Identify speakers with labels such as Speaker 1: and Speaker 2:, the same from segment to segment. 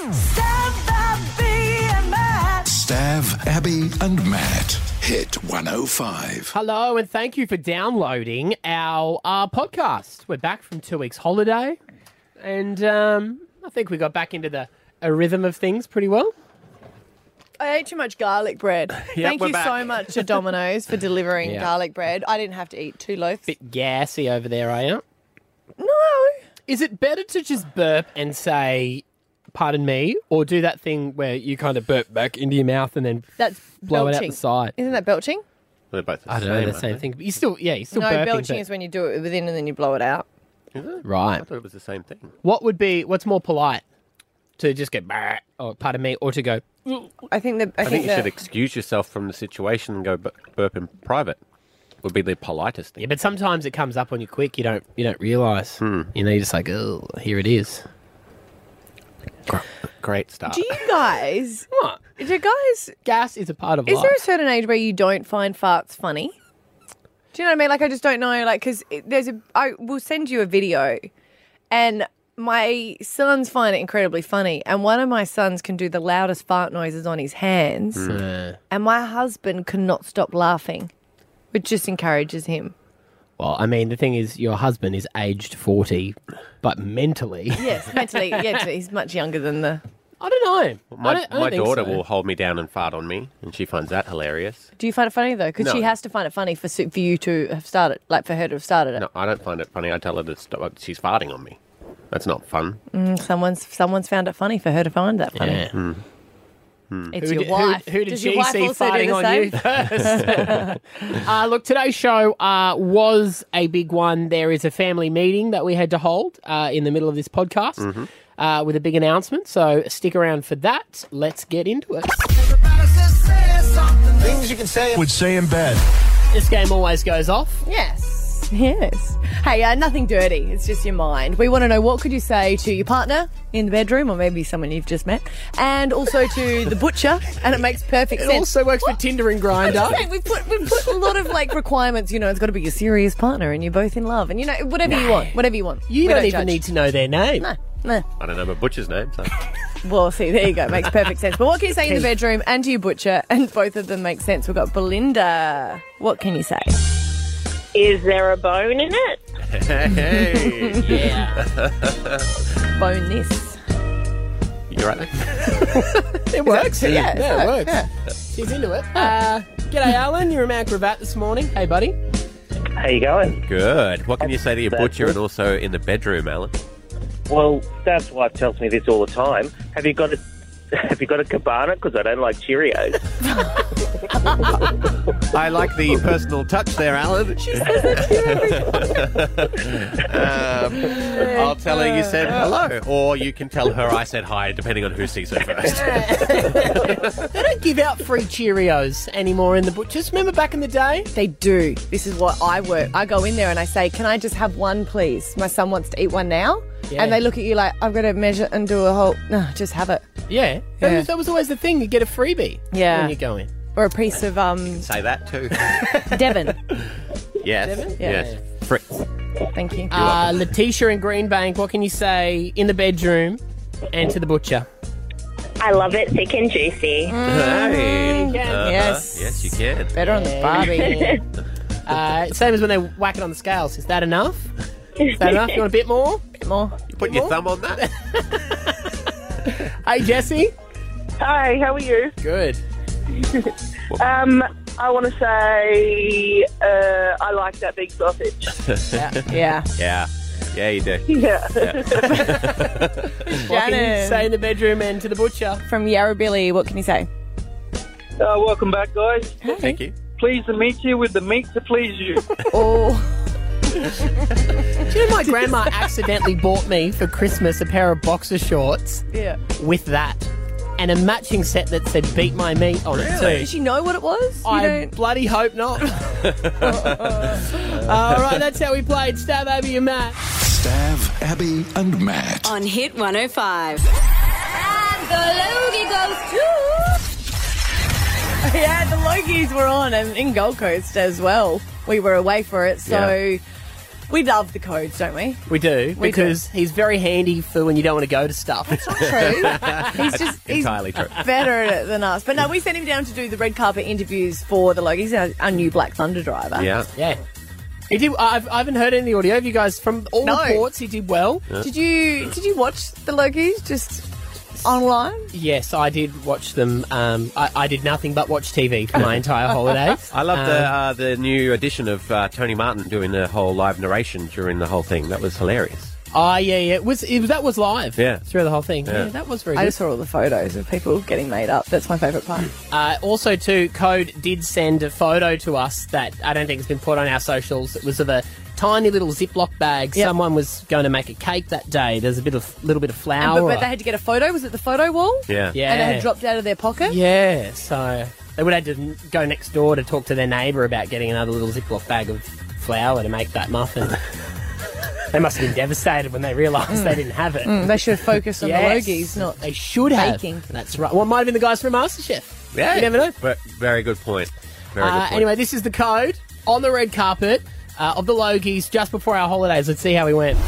Speaker 1: Stav, Abby, and Matt.
Speaker 2: Stav, Abby, and Matt. Hit 105.
Speaker 3: Hello, and thank you for downloading our uh, podcast. We're back from two weeks' holiday, and um, I think we got back into the a rhythm of things pretty well.
Speaker 4: I ate too much garlic bread.
Speaker 3: Yep,
Speaker 4: Thank
Speaker 3: we're
Speaker 4: you
Speaker 3: back.
Speaker 4: so much to Domino's for delivering
Speaker 3: Yeah.
Speaker 4: garlic bread. I didn't have to eat two loaves.
Speaker 3: Bit gassy over there, are you?
Speaker 4: No.
Speaker 3: Is it better to just burp and say, "Pardon me," or do that thing where you kind of burp back into your mouth and then
Speaker 4: That's
Speaker 3: blow
Speaker 4: belching.
Speaker 3: it out the side?
Speaker 4: Isn't that belching?
Speaker 5: They're both the
Speaker 3: I don't
Speaker 5: same,
Speaker 3: know the
Speaker 5: aren't
Speaker 3: same
Speaker 5: they?
Speaker 3: thing, but you still, yeah, you still
Speaker 4: no,
Speaker 3: burping.
Speaker 4: belching
Speaker 3: but-
Speaker 4: is when you do it within and then you blow it out.
Speaker 3: right.
Speaker 5: I thought it was the same thing.
Speaker 3: What would be what's more polite to just go "Bah," or pardon me, or to go
Speaker 4: I think that I,
Speaker 5: I think you
Speaker 4: that,
Speaker 5: should excuse yourself from the situation and go bu- burp in private. Would be the politest thing.
Speaker 3: yeah, but sometimes it comes up on you quick. You don't you don't realise.
Speaker 5: Hmm.
Speaker 3: You know, you're just like oh, here it is.
Speaker 5: Great start.
Speaker 4: do you guys?
Speaker 3: What?
Speaker 4: Do guys?
Speaker 3: Gas is a part of
Speaker 4: Is
Speaker 3: life.
Speaker 4: there a certain age where you don't find farts funny? Do you know what I mean? Like I just don't know. Like because there's a. I will send you a video, and my sons find it incredibly funny. And one of my sons can do the loudest fart noises on his hands,
Speaker 3: Uh,
Speaker 4: and my husband cannot stop laughing, which just encourages him.
Speaker 3: well, I mean, the thing is, your husband is aged forty, but mentally,
Speaker 4: Yes, mentally, yeah, he's much younger than the.
Speaker 3: I don't know.
Speaker 5: My,
Speaker 3: I don't, I don't
Speaker 5: my
Speaker 3: think
Speaker 5: daughter
Speaker 3: so.
Speaker 5: will hold me down and fart on me, and she finds that hilarious.
Speaker 4: Do you find it funny though? Because she
Speaker 5: No.
Speaker 4: has to find it funny for su- for you to have started, like for her to have started it.
Speaker 5: No, I don't find it funny. I tell her to stop. She's farting on me. That's not fun.
Speaker 4: Mm, Someone's someone's found it funny for her to find that funny.
Speaker 3: Yeah.
Speaker 5: Hmm.
Speaker 4: It's
Speaker 3: Who,
Speaker 4: your
Speaker 3: did- who-
Speaker 4: wife.
Speaker 3: who did
Speaker 4: Does
Speaker 3: she
Speaker 4: your wife
Speaker 3: see
Speaker 4: also do
Speaker 3: farting
Speaker 4: the
Speaker 3: on
Speaker 4: same?
Speaker 3: you first? uh, look, today's show uh, was a big one. There is a family meeting that we had to hold uh, in the middle of this podcast
Speaker 4: Mm-hmm.
Speaker 3: uh, with a big announcement. So stick around for that. Let's get into it.
Speaker 6: Things you can say would say in bed.
Speaker 3: This game always goes off.
Speaker 4: Yes. Yes. Hey, uh, nothing dirty. It's just your mind. We want to know what could you say to your partner in the bedroom, or maybe someone you've just met, and also to the butcher. And it makes perfect
Speaker 3: It
Speaker 4: sense.
Speaker 3: also works for Tinder and Grinder.
Speaker 4: Hey, we've put we've put a lot of like requirements. You know, it's got to be your serious partner, and you're both in love, and you know whatever you want, whatever you want.
Speaker 3: You
Speaker 4: We
Speaker 3: don't, even
Speaker 4: judge.
Speaker 3: need to know their name.
Speaker 4: Nah.
Speaker 5: I don't know my butcher's name. So.
Speaker 4: Well, see, there you go. It makes perfect sense. But what can you say in the bedroom and to your butcher? And both of them make sense. We've got Belinda. What can you say?
Speaker 7: Is there a bone in it?
Speaker 5: hey,
Speaker 3: Yeah.
Speaker 4: Bone this.
Speaker 5: you right there?
Speaker 3: it works.
Speaker 4: yeah, it
Speaker 3: it works. She's into it. Uh, g'day, Alan. You're a man cravat this morning. Hey, buddy.
Speaker 8: How you going?
Speaker 5: Good. What can you say to your
Speaker 8: That's
Speaker 5: butcher
Speaker 8: good.
Speaker 5: and also in the bedroom, Alan?
Speaker 8: Well, Stab's wife tells me this all the time. Have you got a Have you got a cabana? Because I don't like Cheerios.
Speaker 5: I like the personal touch there, Alan. um, I'll tell her you said hello, or you can tell her I said hi, depending on who sees her first.
Speaker 3: They don't give out free Cheerios anymore in the butchers. Remember back in the day?
Speaker 4: They do. This is what I work. I go in there and I say, Can I just have one, please? My son wants to eat one now.
Speaker 3: Yeah.
Speaker 4: And they look at you like, I've got to measure and do a whole. No, just have it.
Speaker 3: Yeah. That,
Speaker 4: Yeah.
Speaker 3: Was, that was always the thing. You get a freebie
Speaker 4: Yeah.
Speaker 3: when you go in.
Speaker 4: Or a piece of um
Speaker 5: Say that too.
Speaker 4: Devon.
Speaker 5: Yes.
Speaker 3: Devon?
Speaker 5: Yes. Fritz.
Speaker 4: Thank you.
Speaker 3: Uh, Letitia in Greenbank, what can you say in the bedroom and to the butcher?
Speaker 7: I love it thick and juicy.
Speaker 3: Mm.
Speaker 5: Hey. Uh-huh.
Speaker 4: Mm, Yes.
Speaker 5: Yes, you can.
Speaker 4: Better on the barbie.
Speaker 3: Uh, same as when they whack it on the scales. Is that enough? Is that enough? You want a bit more?
Speaker 4: More.
Speaker 5: You putting your thumb on that?
Speaker 3: Hey, Jesse.
Speaker 7: Hi, how are you?
Speaker 3: Good.
Speaker 7: Um, I want to say uh, I like that big sausage.
Speaker 4: Yeah.
Speaker 5: yeah. Yeah, you do.
Speaker 7: Yeah.
Speaker 3: What can you
Speaker 4: Shannon.
Speaker 3: say in the bedroom and to the butcher?
Speaker 4: From Yarrabilly, what can you say?
Speaker 9: Uh, welcome back, guys.
Speaker 5: Thank you.
Speaker 9: Pleased to meet you with the meat to please you.
Speaker 4: Oh,
Speaker 3: Do you know my grandma accidentally bought me for Christmas a pair of boxer shorts
Speaker 4: yeah.
Speaker 3: with that and a matching set that said "Beat My Meat" on it too.
Speaker 4: Did she know what it was? You
Speaker 3: Oh, I
Speaker 4: don't-
Speaker 3: bloody hope not. All right, that's how we played. Stab Abby and Matt.
Speaker 2: Stav, Abby, and Matt.
Speaker 10: On Hit 105.
Speaker 1: And the loogie goes to.
Speaker 4: Yeah, the Logies were on and in Gold Coast as well. We were away for it, so We love the codes, don't we?
Speaker 3: We do
Speaker 4: We do.
Speaker 3: because he's very handy for when you don't want to go to stuff.
Speaker 4: True. he's just he's
Speaker 5: Entirely true.
Speaker 4: better at it than us. But no, we sent him down to do the red carpet interviews for the Logies. He's our, our new Black Thunder driver.
Speaker 5: Yeah.
Speaker 3: yeah. He did. I've, I haven't heard any audio of you guys. From all
Speaker 4: No.
Speaker 3: reports, he did well.
Speaker 4: Did you did you watch the Logies just online?
Speaker 3: Yes, I did watch them. Um, I, I did nothing but watch TV for my entire Um, holidays.
Speaker 5: I love the uh, the new edition of uh, Tony Martin doing the whole live narration during the whole thing. That was hilarious.
Speaker 3: Oh, yeah, yeah. It was it, was- that was live?
Speaker 5: Yeah.
Speaker 3: through the whole thing. Yeah, that was very.
Speaker 4: I
Speaker 3: Good.
Speaker 4: just saw all the photos of people getting made up. That's my favourite part.
Speaker 3: Uh, also, too, Code did send a photo to us that I don't think has been put on our socials. It was of a tiny little Ziploc bag.
Speaker 4: Yep.
Speaker 3: Someone was going to make a cake that day. There's a bit of little bit of flour.
Speaker 4: But, but they had to get a photo. Was it the photo wall?
Speaker 5: Yeah.
Speaker 3: yeah,
Speaker 4: And it had dropped out of their pocket.
Speaker 3: Yeah, so they would have to go next door to talk to their neighbour about getting another little Ziploc bag of flour to make that muffin. they must have been devastated when they realised they didn't have it.
Speaker 4: Mm. They should focus on
Speaker 3: Mm. Yes.
Speaker 4: the Logies, not
Speaker 3: They should have.
Speaker 4: Baking.
Speaker 3: That's right. Well, it might have been the guys from MasterChef. You never know.
Speaker 5: Ve- very good point. Very good
Speaker 3: Uh,
Speaker 5: point.
Speaker 3: anyway, this is the code on the red carpet uh, of the Logies just before our holidays. Let's see how we went.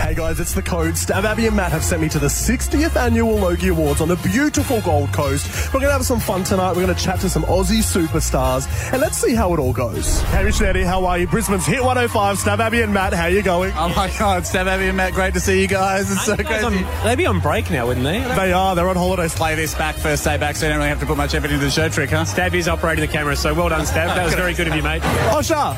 Speaker 6: Hey guys, it's the code. Stab Abby and Matt have sent me to the 60th annual Logie Awards on the beautiful Gold Coast. We're going to have some fun tonight. We're going to chat to some Aussie superstars and let's see how it all goes. Hey Rich and Eddie, how are you? Brisbane's Hit 105. Stab Abby and Matt, how you going?
Speaker 10: Oh my god, Stab Abby and Matt, great to see you guys. It's so crazy. they'd be on break now, wouldn't they?
Speaker 6: They are. They're on holiday.
Speaker 10: Play this back first day back, so you don't really have to put much effort into the show trick, huh? Stab is operating the camera, so well done, Stab. That was very good of you, mate.
Speaker 6: Osha.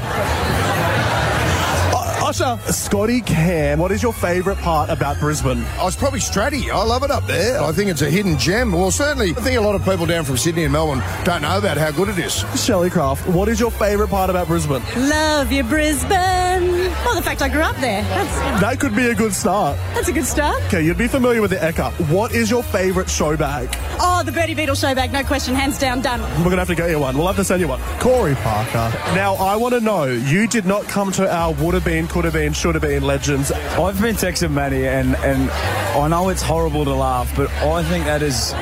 Speaker 6: O- Osha. Scotty Cam, what is your favourite part about Brisbane?
Speaker 2: I was Oh, probably Stratty. I love it up there. I think it's a hidden gem. Well, certainly, I think a lot of people down from Sydney and Melbourne don't know about how good it is.
Speaker 6: Shelley Craft, what is your favourite part about Brisbane?
Speaker 11: Love you, Brisbane. Well, the fact I grew up there. That's,
Speaker 6: That could be a good start.
Speaker 11: that's a good start.
Speaker 6: Okay, you'd be familiar with the Eka. What is your favourite show bag?
Speaker 11: Oh, the Birdie Beetle show back, no question, hands down, done.
Speaker 6: We're gonna have to get you one. We'll have to send you one. Corey Parker. Now, I want to know. You did not come to our would have been, could have been, should have been legends.
Speaker 10: I've been texting Manny, and, and I know it's horrible to laugh, but I think that is.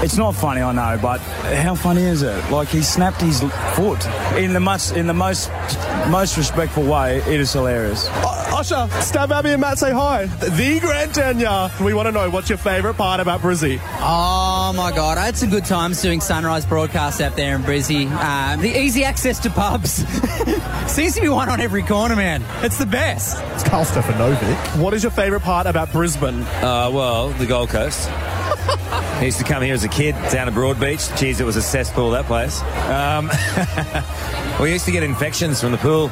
Speaker 10: It's not funny, I know, but how funny is it? Like he snapped his foot in the much in the most most respectful way. It is hilarious.
Speaker 6: Uh, Usher, Stab Abby and Matt say hi. The Grand Tanya. We want to know what's your favourite part about Brizzy.
Speaker 11: Oh, my God. I had some good times doing sunrise broadcasts out there in Brizzy. Um, the easy access to pubs. Seems to be one on every corner, man. It's the best.
Speaker 6: It's Carl Stefanovic. What is your favourite part about Brisbane?
Speaker 10: Uh, well, the Gold Coast. I used to come here as a kid down to Broadbeach. Geez, it was a cesspool, that place. Um, we used to get infections from the pool.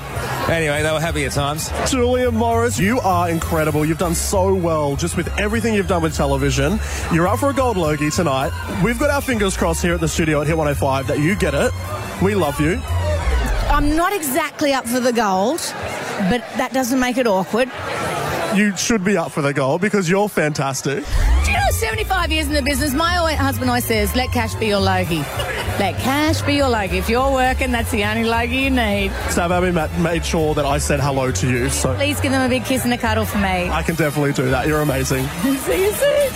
Speaker 10: Anyway, they were happier times.
Speaker 6: Julia Morris, you are incredible. You've done so well just with everything you've done with television. You're up for a gold Logie tonight. We've got our fingers crossed here at the studio at Hit 105 that you get it. We love you.
Speaker 11: I'm not exactly up for the gold, but that doesn't make it awkward.
Speaker 6: You should be up for the gold because you're fantastic.
Speaker 11: Do you know, 75 years in the business, my o- husband always says, let cash be your logie. Let cash be your logie. If you're working, that's the only logie you need.
Speaker 6: Stab Abby Matt made sure that I said hello to you, so
Speaker 11: Please give them a big kiss and a cuddle for me.
Speaker 6: I can definitely do that. You're amazing.
Speaker 11: See you soon.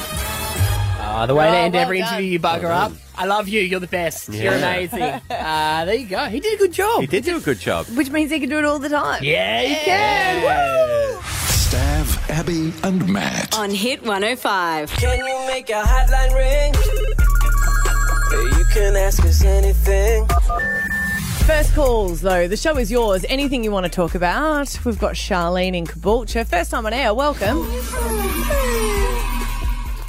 Speaker 3: Uh, the way to
Speaker 4: Oh,
Speaker 3: end
Speaker 4: well
Speaker 3: every
Speaker 4: done.
Speaker 3: interview, you bugger up. I love you. You're the best. You're amazing. Uh, there you go. He did a good job.
Speaker 5: he did do a good job.
Speaker 4: Which means he can do it all the time.
Speaker 3: Yeah, you can.
Speaker 2: Stav, Abby, and Matt.
Speaker 1: On Hit 105.
Speaker 9: Can you make a hotline ring? You can ask us anything.
Speaker 4: First calls, though. The show is yours. Anything you want to talk about? We've got Charlene in Caboolture. First time on air. Welcome.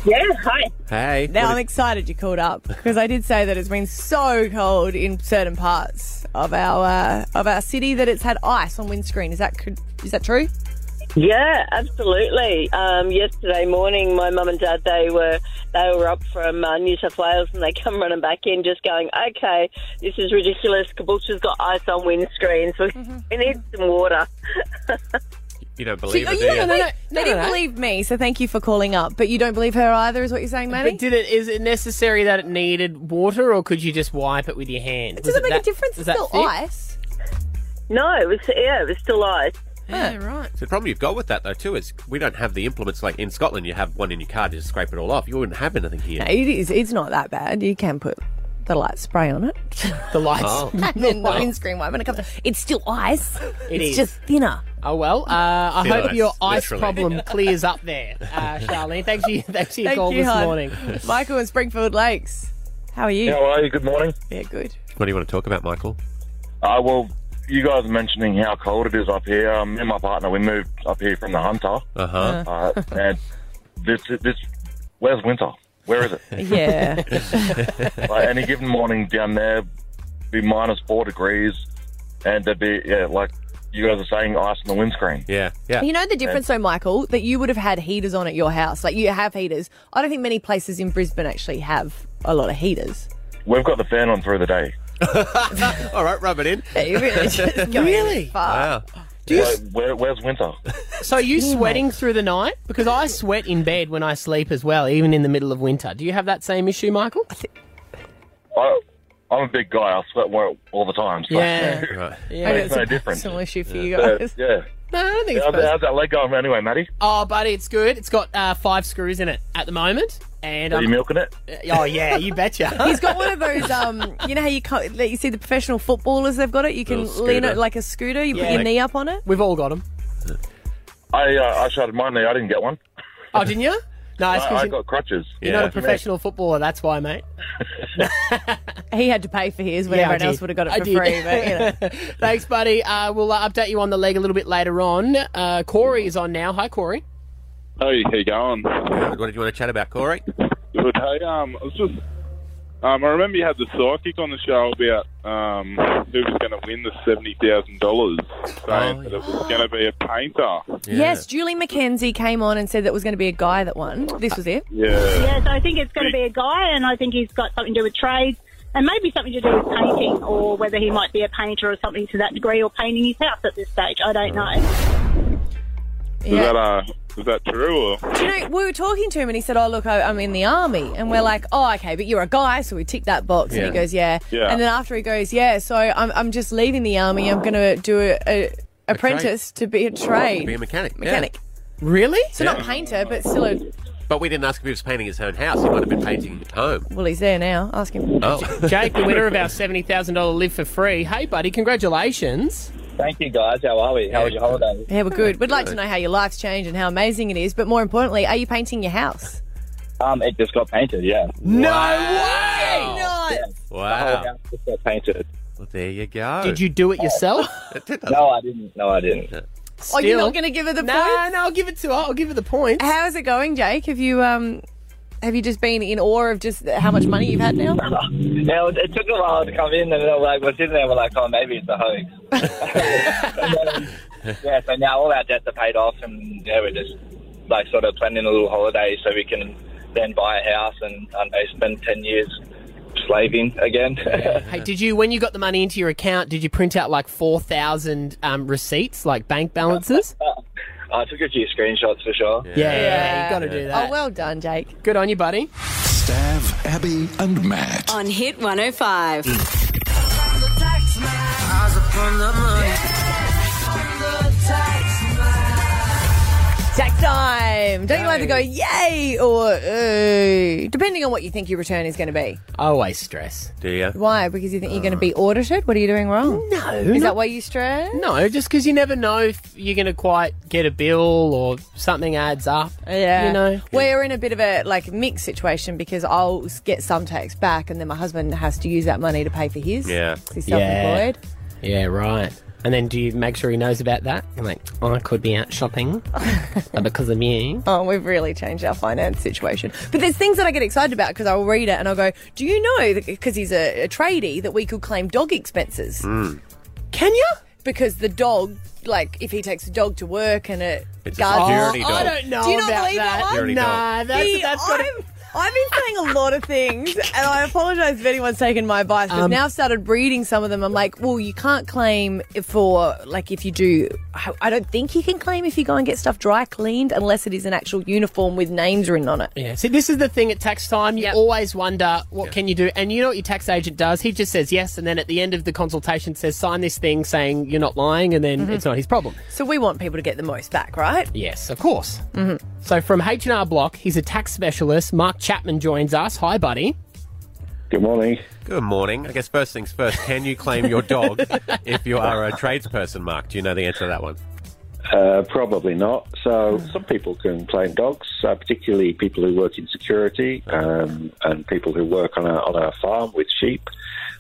Speaker 7: Yeah, hi.
Speaker 5: Hey.
Speaker 4: Now
Speaker 5: what
Speaker 4: I'm
Speaker 5: did-
Speaker 4: excited you called up because I did say that it's been so cold in certain parts of our uh, of our city that it's had ice on windscreen. Is that cr- is that true?
Speaker 7: Yeah, absolutely. Um, yesterday morning, my mum and dad they were they were up from uh, New South Wales, and they come running back in, just going, "Okay, this is ridiculous. Caboolture's got ice on windscreens. We,
Speaker 4: Mm-hmm.
Speaker 7: we need some water."
Speaker 5: you don't believe
Speaker 4: Oh,
Speaker 5: it,
Speaker 4: you
Speaker 5: do
Speaker 4: don't-
Speaker 5: you?
Speaker 4: they-
Speaker 3: no,
Speaker 4: they
Speaker 3: no,
Speaker 4: didn't
Speaker 3: no.
Speaker 4: believe me, so thank you for calling up. But you don't believe her either, is what you're saying, Maddie?
Speaker 3: But did it? Is it necessary that it needed water, or could you just wipe it with your hand?
Speaker 4: Does it make a difference? It's still ice.
Speaker 7: No, it was yeah, it was still ice.
Speaker 4: Yeah, right.
Speaker 5: The problem you've got with that though too is we don't have the implements like in Scotland. You have one in your car to just scrape it all off. You wouldn't have anything here.
Speaker 4: It is. It's not that bad. You can put the light spray on it.
Speaker 3: The lights.
Speaker 5: Oh.
Speaker 4: and then the windscreen wipe when it comes. It's still ice.
Speaker 3: It
Speaker 4: it's
Speaker 3: is.
Speaker 4: just thinner.
Speaker 3: Oh well. Uh, I
Speaker 5: Thin
Speaker 3: hope
Speaker 5: ice,
Speaker 3: your ice
Speaker 5: literally.
Speaker 3: problem clears up there, uh, Charlene. Thanks for your, thanks for your
Speaker 4: Thank
Speaker 3: call
Speaker 4: you,
Speaker 3: this
Speaker 4: hon.
Speaker 3: morning.
Speaker 4: Michael in Springfield Lakes. How are you?
Speaker 12: How are you? Good morning.
Speaker 4: Yeah, good.
Speaker 5: What do you want to talk about, Michael?
Speaker 12: Uh, well, you guys mentioning how cold it is up here. Um, me and my partner, we moved up here from the Hunter.
Speaker 5: Uh-huh.
Speaker 12: Uh, and this, this, where's winter? Where is it?
Speaker 4: Yeah.
Speaker 12: like any given morning down there, be minus four degrees, and there'd be yeah, like you guys are saying, ice on the windscreen.
Speaker 5: Yeah,
Speaker 4: You know the difference, though, Michael, that you would have had heaters on at your house. Like you have heaters. I don't think many places in Brisbane actually have a lot of heaters.
Speaker 12: We've got the fan on through the day.
Speaker 5: All right, rub it in.
Speaker 3: really?
Speaker 5: Wow.
Speaker 12: Like, where, where's winter?
Speaker 3: So are you sweating through the night? Because I sweat in bed when I sleep as well, even in the middle of winter. Do you have that same issue, Michael?
Speaker 12: I, I'm a big guy. I sweat all, all the time. So
Speaker 3: Yeah.
Speaker 5: Right.
Speaker 3: Yeah.
Speaker 12: Makes
Speaker 3: I guess
Speaker 12: no
Speaker 3: it's a
Speaker 12: difference.
Speaker 3: personal issue for you
Speaker 12: But,
Speaker 3: guys.
Speaker 12: yeah.
Speaker 3: No, I don't think it's
Speaker 12: How's,
Speaker 3: personal.
Speaker 12: how's that leg going anyway, Matty?
Speaker 3: Oh, buddy, it's good. It's got uh, five screws in it at the moment, and
Speaker 12: Are you
Speaker 3: I'm-
Speaker 12: milking it?
Speaker 3: Oh yeah, you betcha.
Speaker 4: He's got one of those, um, you know how you can't, like, you see the professional footballers, they've got it. You can
Speaker 12: Little
Speaker 4: lean
Speaker 12: scooter.
Speaker 4: it like a scooter, you put
Speaker 12: Yeah.
Speaker 4: your knee up on it.
Speaker 3: We've all got them.
Speaker 12: I uh, I shattered my knee. I didn't get one.
Speaker 3: Oh, didn't you? No, it's
Speaker 12: I, I
Speaker 3: because
Speaker 12: got crutches.
Speaker 3: you're not a professional footballer. That's why, mate.
Speaker 4: He had to pay for his when
Speaker 3: Yeah, I
Speaker 4: everyone else
Speaker 3: did.
Speaker 4: would have got it
Speaker 3: I
Speaker 4: for
Speaker 3: did.
Speaker 4: free. But, you know.
Speaker 3: Thanks, buddy. Uh, we'll uh, update you on the leg a little bit later on. Uh, Corey is on now. Hi, Corey.
Speaker 13: Hey, how you going? What
Speaker 5: did you want to chat about, Corey?
Speaker 13: Good. Hey, um, I was just, um, I remember you had the psychic on the show about um, who was going to win the seventy thousand dollars, saying
Speaker 5: Oh,
Speaker 13: that it was going to be a painter.
Speaker 4: Yes, Julie McKenzie came on and said that was going to be a guy that won. This was it.
Speaker 13: Yeah.
Speaker 14: Yes, I think it's going to be a guy, and I think he's got something to do with trades, and maybe something to do with painting, or whether he might be a painter or something to that degree, or painting his house at this stage. I don't know.
Speaker 13: Is that uh, is that true? Or?
Speaker 4: Do you know, we were talking to him and he said, Oh, look, I, I'm in the army. And we're like, Oh, okay, but you're a guy. So we tick that box. And he
Speaker 13: Yeah.
Speaker 4: goes, Yeah.
Speaker 13: Yeah.
Speaker 4: And then after he goes, Yeah, so I'm, I'm just leaving the army. I'm going to do a, a apprentice to be a trade.
Speaker 5: Be a mechanic. yeah.
Speaker 4: Mechanic.
Speaker 3: Really?
Speaker 4: So
Speaker 5: Yeah.
Speaker 4: not painter, but still a.
Speaker 5: But we didn't ask if he was painting his own house. He might have been painting at home.
Speaker 4: Well, he's there now. Ask him.
Speaker 5: Oh.
Speaker 3: Jake, the winner of our seventy thousand dollar live for free. Hey, buddy, congratulations.
Speaker 15: Thank you, guys. How are we? How was your holiday?
Speaker 4: Yeah, we're good. We'd like to know how your life's changed and how amazing it is. But more importantly, are you painting your house?
Speaker 15: Um, it just got painted. Yeah.
Speaker 3: No
Speaker 4: way! Not.
Speaker 15: The
Speaker 5: Wow.
Speaker 15: whole house just got painted. Oh.
Speaker 5: Well, there you go.
Speaker 3: Did you do it yourself?
Speaker 15: No, I didn't. No, I didn't.
Speaker 4: Oh, you're
Speaker 3: Still-
Speaker 4: not going to give her the
Speaker 3: No,
Speaker 4: points?
Speaker 3: no, I'll give it to her. I'll give her the points.
Speaker 4: How is it going, Jake? Have you um, have you just been in awe of just how much money you've had now?
Speaker 15: Now it, it took a while to come in, and then like we're sitting there, we're like, oh, maybe it's a hoax. So, yeah, so now all our debts are paid off, and yeah, we're just like sort of planning a little holiday so we can then buy a house and I don't know, spend ten years slaving again.
Speaker 3: Hey, did you when you got the money into your account? Did you print out like four thousand um, receipts, like bank balances?
Speaker 15: I took a few screenshots for sure.
Speaker 3: Yeah, yeah, yeah, you got to do that.
Speaker 4: Oh, well done, Jake.
Speaker 3: Good on you, buddy.
Speaker 16: Stav, Abby, and Matt. Mm.
Speaker 1: On Hit 105.
Speaker 4: Tax time. Don't you either go yay or uh, depending on what you think your return is going to be.
Speaker 3: I always stress.
Speaker 5: Do you?
Speaker 4: Why? Because you think you're going to be audited? What are you doing wrong? No. Is
Speaker 3: not-
Speaker 4: that why you stress?
Speaker 3: No, just because you never know if you're going to quite get a bill or something adds up.
Speaker 4: Uh, Yeah.
Speaker 3: You know?
Speaker 4: We're in a bit of a like mixed situation because I'll s- get some tax back and then my husband has to use that money to pay for his.
Speaker 3: Yeah.
Speaker 4: 'cause He's self-employed.
Speaker 3: Yeah. yeah, right. And then do you make sure he knows about that? You're like, I could be out shopping but because of you.
Speaker 4: Oh, we've really changed our finance situation. But there's things that I get excited about because I'll read it and I'll go, do you know, because he's a, a tradie, that we could claim dog expenses? Can you? Because the dog, like, if he takes the dog to work and it
Speaker 3: It's a
Speaker 4: guards.
Speaker 3: security dog. I don't know
Speaker 4: Do you not
Speaker 3: about
Speaker 4: believe
Speaker 3: that.
Speaker 4: that?
Speaker 3: Security
Speaker 4: one?
Speaker 3: dog. Nah, that's-
Speaker 4: See,
Speaker 3: that's gotta-
Speaker 4: I'm- I've been saying a lot of things, and I apologise if anyone's taken my advice. But
Speaker 3: Um,
Speaker 4: now I've started reading some of them. I'm like, well, you can't claim for like if you do. I I don't think you can claim if you go and get stuff dry cleaned unless it is an actual uniform with names written on it.
Speaker 3: Yeah. See, this is the thing at tax time. You always wonder what can you do, and you know what your tax agent does. He just says yes, and then at the end of the consultation says sign this thing saying you're not lying, and then
Speaker 4: Mhm.
Speaker 3: it's not his problem.
Speaker 4: So we want people to get the most back, right?
Speaker 3: Yes, of course. Mm-hmm. So from H and R Block, he's a tax specialist. Mark Chapman joins us. Hi, buddy.
Speaker 5: Good morning. Good morning. I guess first things first, can you claim your dog if you are a tradesperson, Mark? Do you know the answer to that one?
Speaker 17: Uh, probably not. So some people can claim dogs, uh, particularly people who work in security um, and people who work on a, on a farm with sheep.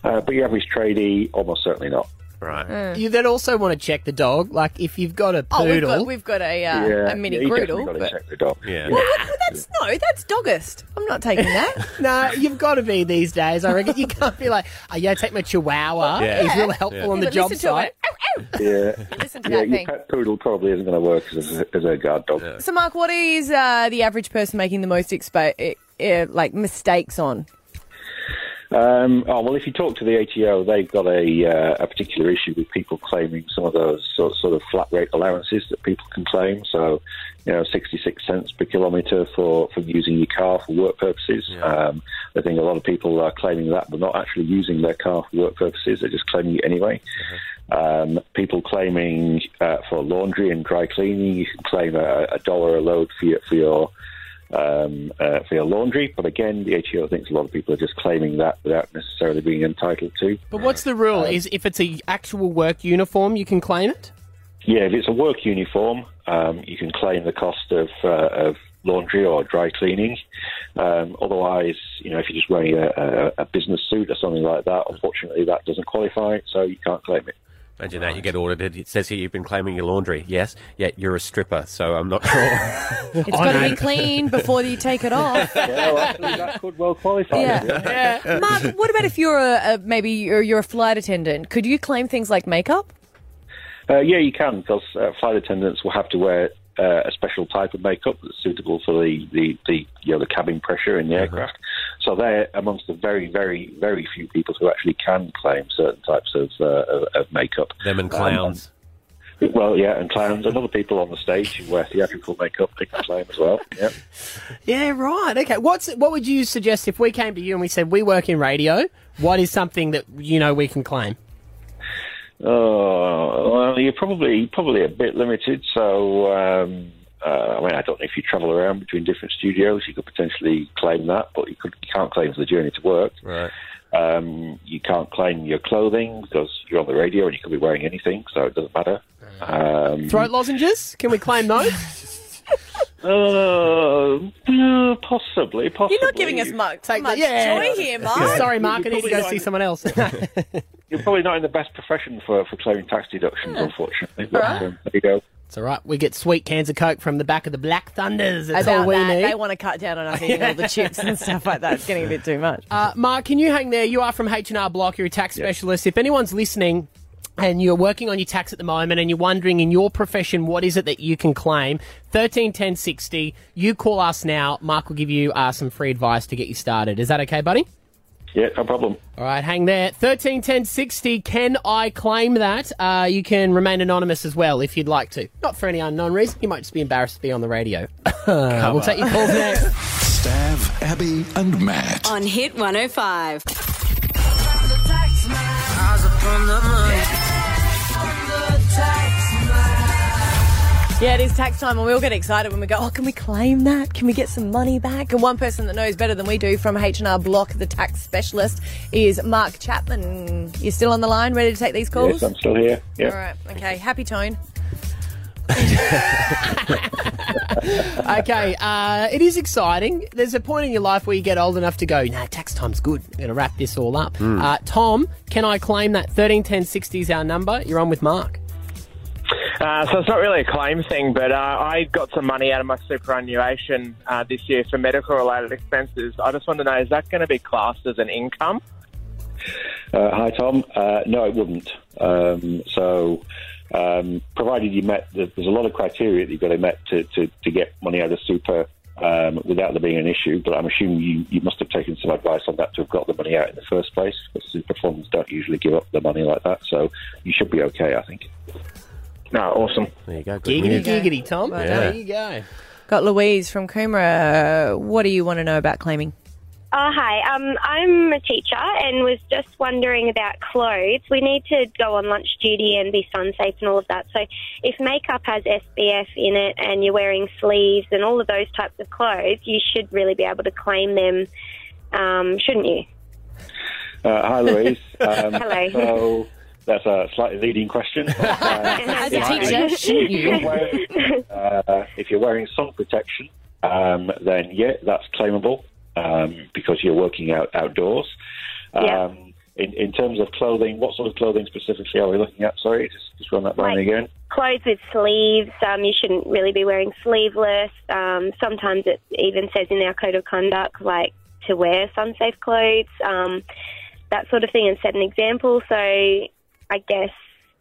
Speaker 17: Uh, but your average tradie, almost certainly not.
Speaker 5: Right.
Speaker 3: You then also want to check the dog. Like if you've got a
Speaker 4: Mm. Oh, we've
Speaker 3: poodle.
Speaker 4: got, we've got a, uh, a mini groodle. but-
Speaker 5: Yeah.
Speaker 4: Well, what- that's no, that's doggist. I'm not taking that.
Speaker 3: no, you've got to be these days. I reckon you can't be like, oh, yeah, take my chihuahua.
Speaker 17: Yeah.
Speaker 3: He's real
Speaker 17: Yeah.
Speaker 3: helpful
Speaker 17: Yeah.
Speaker 3: on the
Speaker 17: Yeah, but
Speaker 3: job
Speaker 4: listen to
Speaker 3: site.
Speaker 17: Yeah.
Speaker 4: Listen to
Speaker 17: yeah,
Speaker 4: that
Speaker 17: your
Speaker 4: thing.
Speaker 17: pet poodle probably isn't going to work as a, as a guard dog.
Speaker 4: So, Mark, what is uh, the average person making the most expo- uh, uh, like mistakes on?
Speaker 17: Um, oh, well, if you talk to the ATO, they've got a, uh, a particular issue with people claiming some of those sort, sort of flat rate allowances that people can claim. So, you know, 66 cents per kilometre for, for using your car for work purposes. Um, I think a lot of people are claiming that, but not actually using their car for work purposes. They're just claiming it anyway. Um, people claiming uh, for laundry and dry cleaning, you can claim a, a dollar a load for your, for your um, uh, for your laundry. But again, the ATO thinks a lot of people are just claiming that without necessarily being entitled to.
Speaker 3: But what's the rule? Is if it's a actual work uniform, you can claim it?
Speaker 17: Yeah, if it's a work uniform, um, you can claim the cost of, uh, of laundry or dry cleaning. Um, otherwise, you know, if you're just wearing a, a, a business suit or something like that, unfortunately, that doesn't qualify, so you can't claim it.
Speaker 5: Imagine that you get audited. It says here you've been claiming your laundry. Yes, yeah, you're a stripper, so I'm not sure.
Speaker 4: It's got to be clean before you take it off.
Speaker 17: that could well qualify.
Speaker 4: Yeah. Mark, what about if you're a, a maybe you're, you're a flight attendant? Could you claim things like makeup?
Speaker 17: Uh, yeah, you can, because uh, flight attendants will have to wear uh, a special type of makeup that's suitable for the, the, the you know the cabin pressure in the
Speaker 5: Uh-huh.
Speaker 17: aircraft. So they're amongst the very, very, very few people who actually can claim certain types of uh, of, of makeup.
Speaker 5: Them and clowns.
Speaker 17: Um, well, yeah, and clowns, and other people on the stage who wear theatrical makeup, they can claim as well. Yeah.
Speaker 3: Yeah, right. Okay. What's what would you suggest if we came to you and we said we work in radio? What is something that you know we can claim?
Speaker 17: Oh, well, you're probably probably a bit limited. So, um, uh, I mean, I don't know if you travel around between different studios, you could potentially claim that, but you, could, you can't claim for the journey to work.
Speaker 5: Right.
Speaker 17: Um, you can't claim your clothing because you're on the radio and you could be wearing anything, so it doesn't matter. Um,
Speaker 3: Throat lozenges? Can we claim those?
Speaker 17: uh, yeah, possibly, possibly.
Speaker 4: You're not giving us much, much joy here, Mark.
Speaker 3: Sorry, Mark. I need to go see someone else.
Speaker 17: You're probably not in the best profession for, for claiming tax deductions, unfortunately. But,
Speaker 3: Right.
Speaker 17: um, there you go.
Speaker 3: it's all right. We get sweet cans of Coke from the back of the Black Thunders. That's
Speaker 4: About
Speaker 3: all we
Speaker 4: that,
Speaker 3: need.
Speaker 4: they want to cut down on us eating all the chips and stuff like that. It's getting a bit too much.
Speaker 3: Uh, Mark, can you hang there? You are from H&R Block. You're a tax specialist. If anyone's listening and you're working on your tax at the moment and you're wondering in your profession what is it that you can claim, 13 10 60, you call us now. Mark will give you uh, some free advice to get you started. Is that okay, buddy?
Speaker 17: Yeah, no problem.
Speaker 3: All right, hang there. 13 10 60, can I claim that? Uh, you can remain anonymous as well if you'd like to. Not for any unknown reason. You might just be embarrassed to be on the radio. we'll take your calls next.
Speaker 16: Stav, Abby, and Matt.
Speaker 1: On Hit 105.
Speaker 4: Yeah, it is tax time, and we all get excited when we go, oh, can we claim that? Can we get some money back? And one person that knows better than we do from H&R Block, the tax specialist, is Mark Chapman. You still on the line, ready to take these calls?
Speaker 17: Yes, I'm still here. Yeah.
Speaker 4: All right, okay, happy tone.
Speaker 3: okay, uh, it is exciting. There's a point in your life where you get old enough to go, nah, tax time's good. I'm going to wrap this all up.
Speaker 5: Hmm.
Speaker 17: Mm.
Speaker 3: Uh, Tom, can I claim that 131060 is our number? You're on with Mark.
Speaker 18: Uh, so it's not really a claim thing, but uh, I got some money out of my superannuation uh, this year for medical related expenses. I just want to know is that going to be classed as an income?
Speaker 17: Uh, hi, Tom. Uh, no, it wouldn't. Um, so, um, provided you met, there's a lot of criteria that you've got to met to, to, to get money out of super um, without there being an issue. But I'm assuming you, you must have taken some advice on that to have got the money out in the first place. Because super funds don't usually give up the money like that, so you should be okay, I think.
Speaker 18: No, awesome.
Speaker 5: There you go.
Speaker 3: Giggity, giggity, Tom.
Speaker 4: Well,
Speaker 3: There you go.
Speaker 4: Got Louise from Coomera. What do you want to know about claiming?
Speaker 19: Oh, hi. Um, I'm a teacher and was just wondering about clothes. We need to go on lunch duty and be sun safe and all of that. So, if makeup has SPF in it and you're wearing sleeves and all of those types of clothes, you should really be able to claim them, um, shouldn't you?
Speaker 17: Uh, hi, Louise. Um,
Speaker 19: Hello.
Speaker 17: So, That's a slightly leading question. Uh,
Speaker 1: As a
Speaker 17: Slightly.
Speaker 1: teacher, shouldn't you?
Speaker 17: If you're wearing, uh, if you're wearing sun protection, um, then yeah, that's claimable um, because you're working out outdoors. Um, in, in terms of clothing, what sort of clothing specifically are we looking at? Sorry, just, just run that by me
Speaker 19: Like-
Speaker 17: again.
Speaker 19: Clothes with sleeves, um, you shouldn't really be wearing sleeveless. Um, sometimes it even says in our code of conduct, like, to wear sun safe clothes, um, that sort of thing, and set an example. So I guess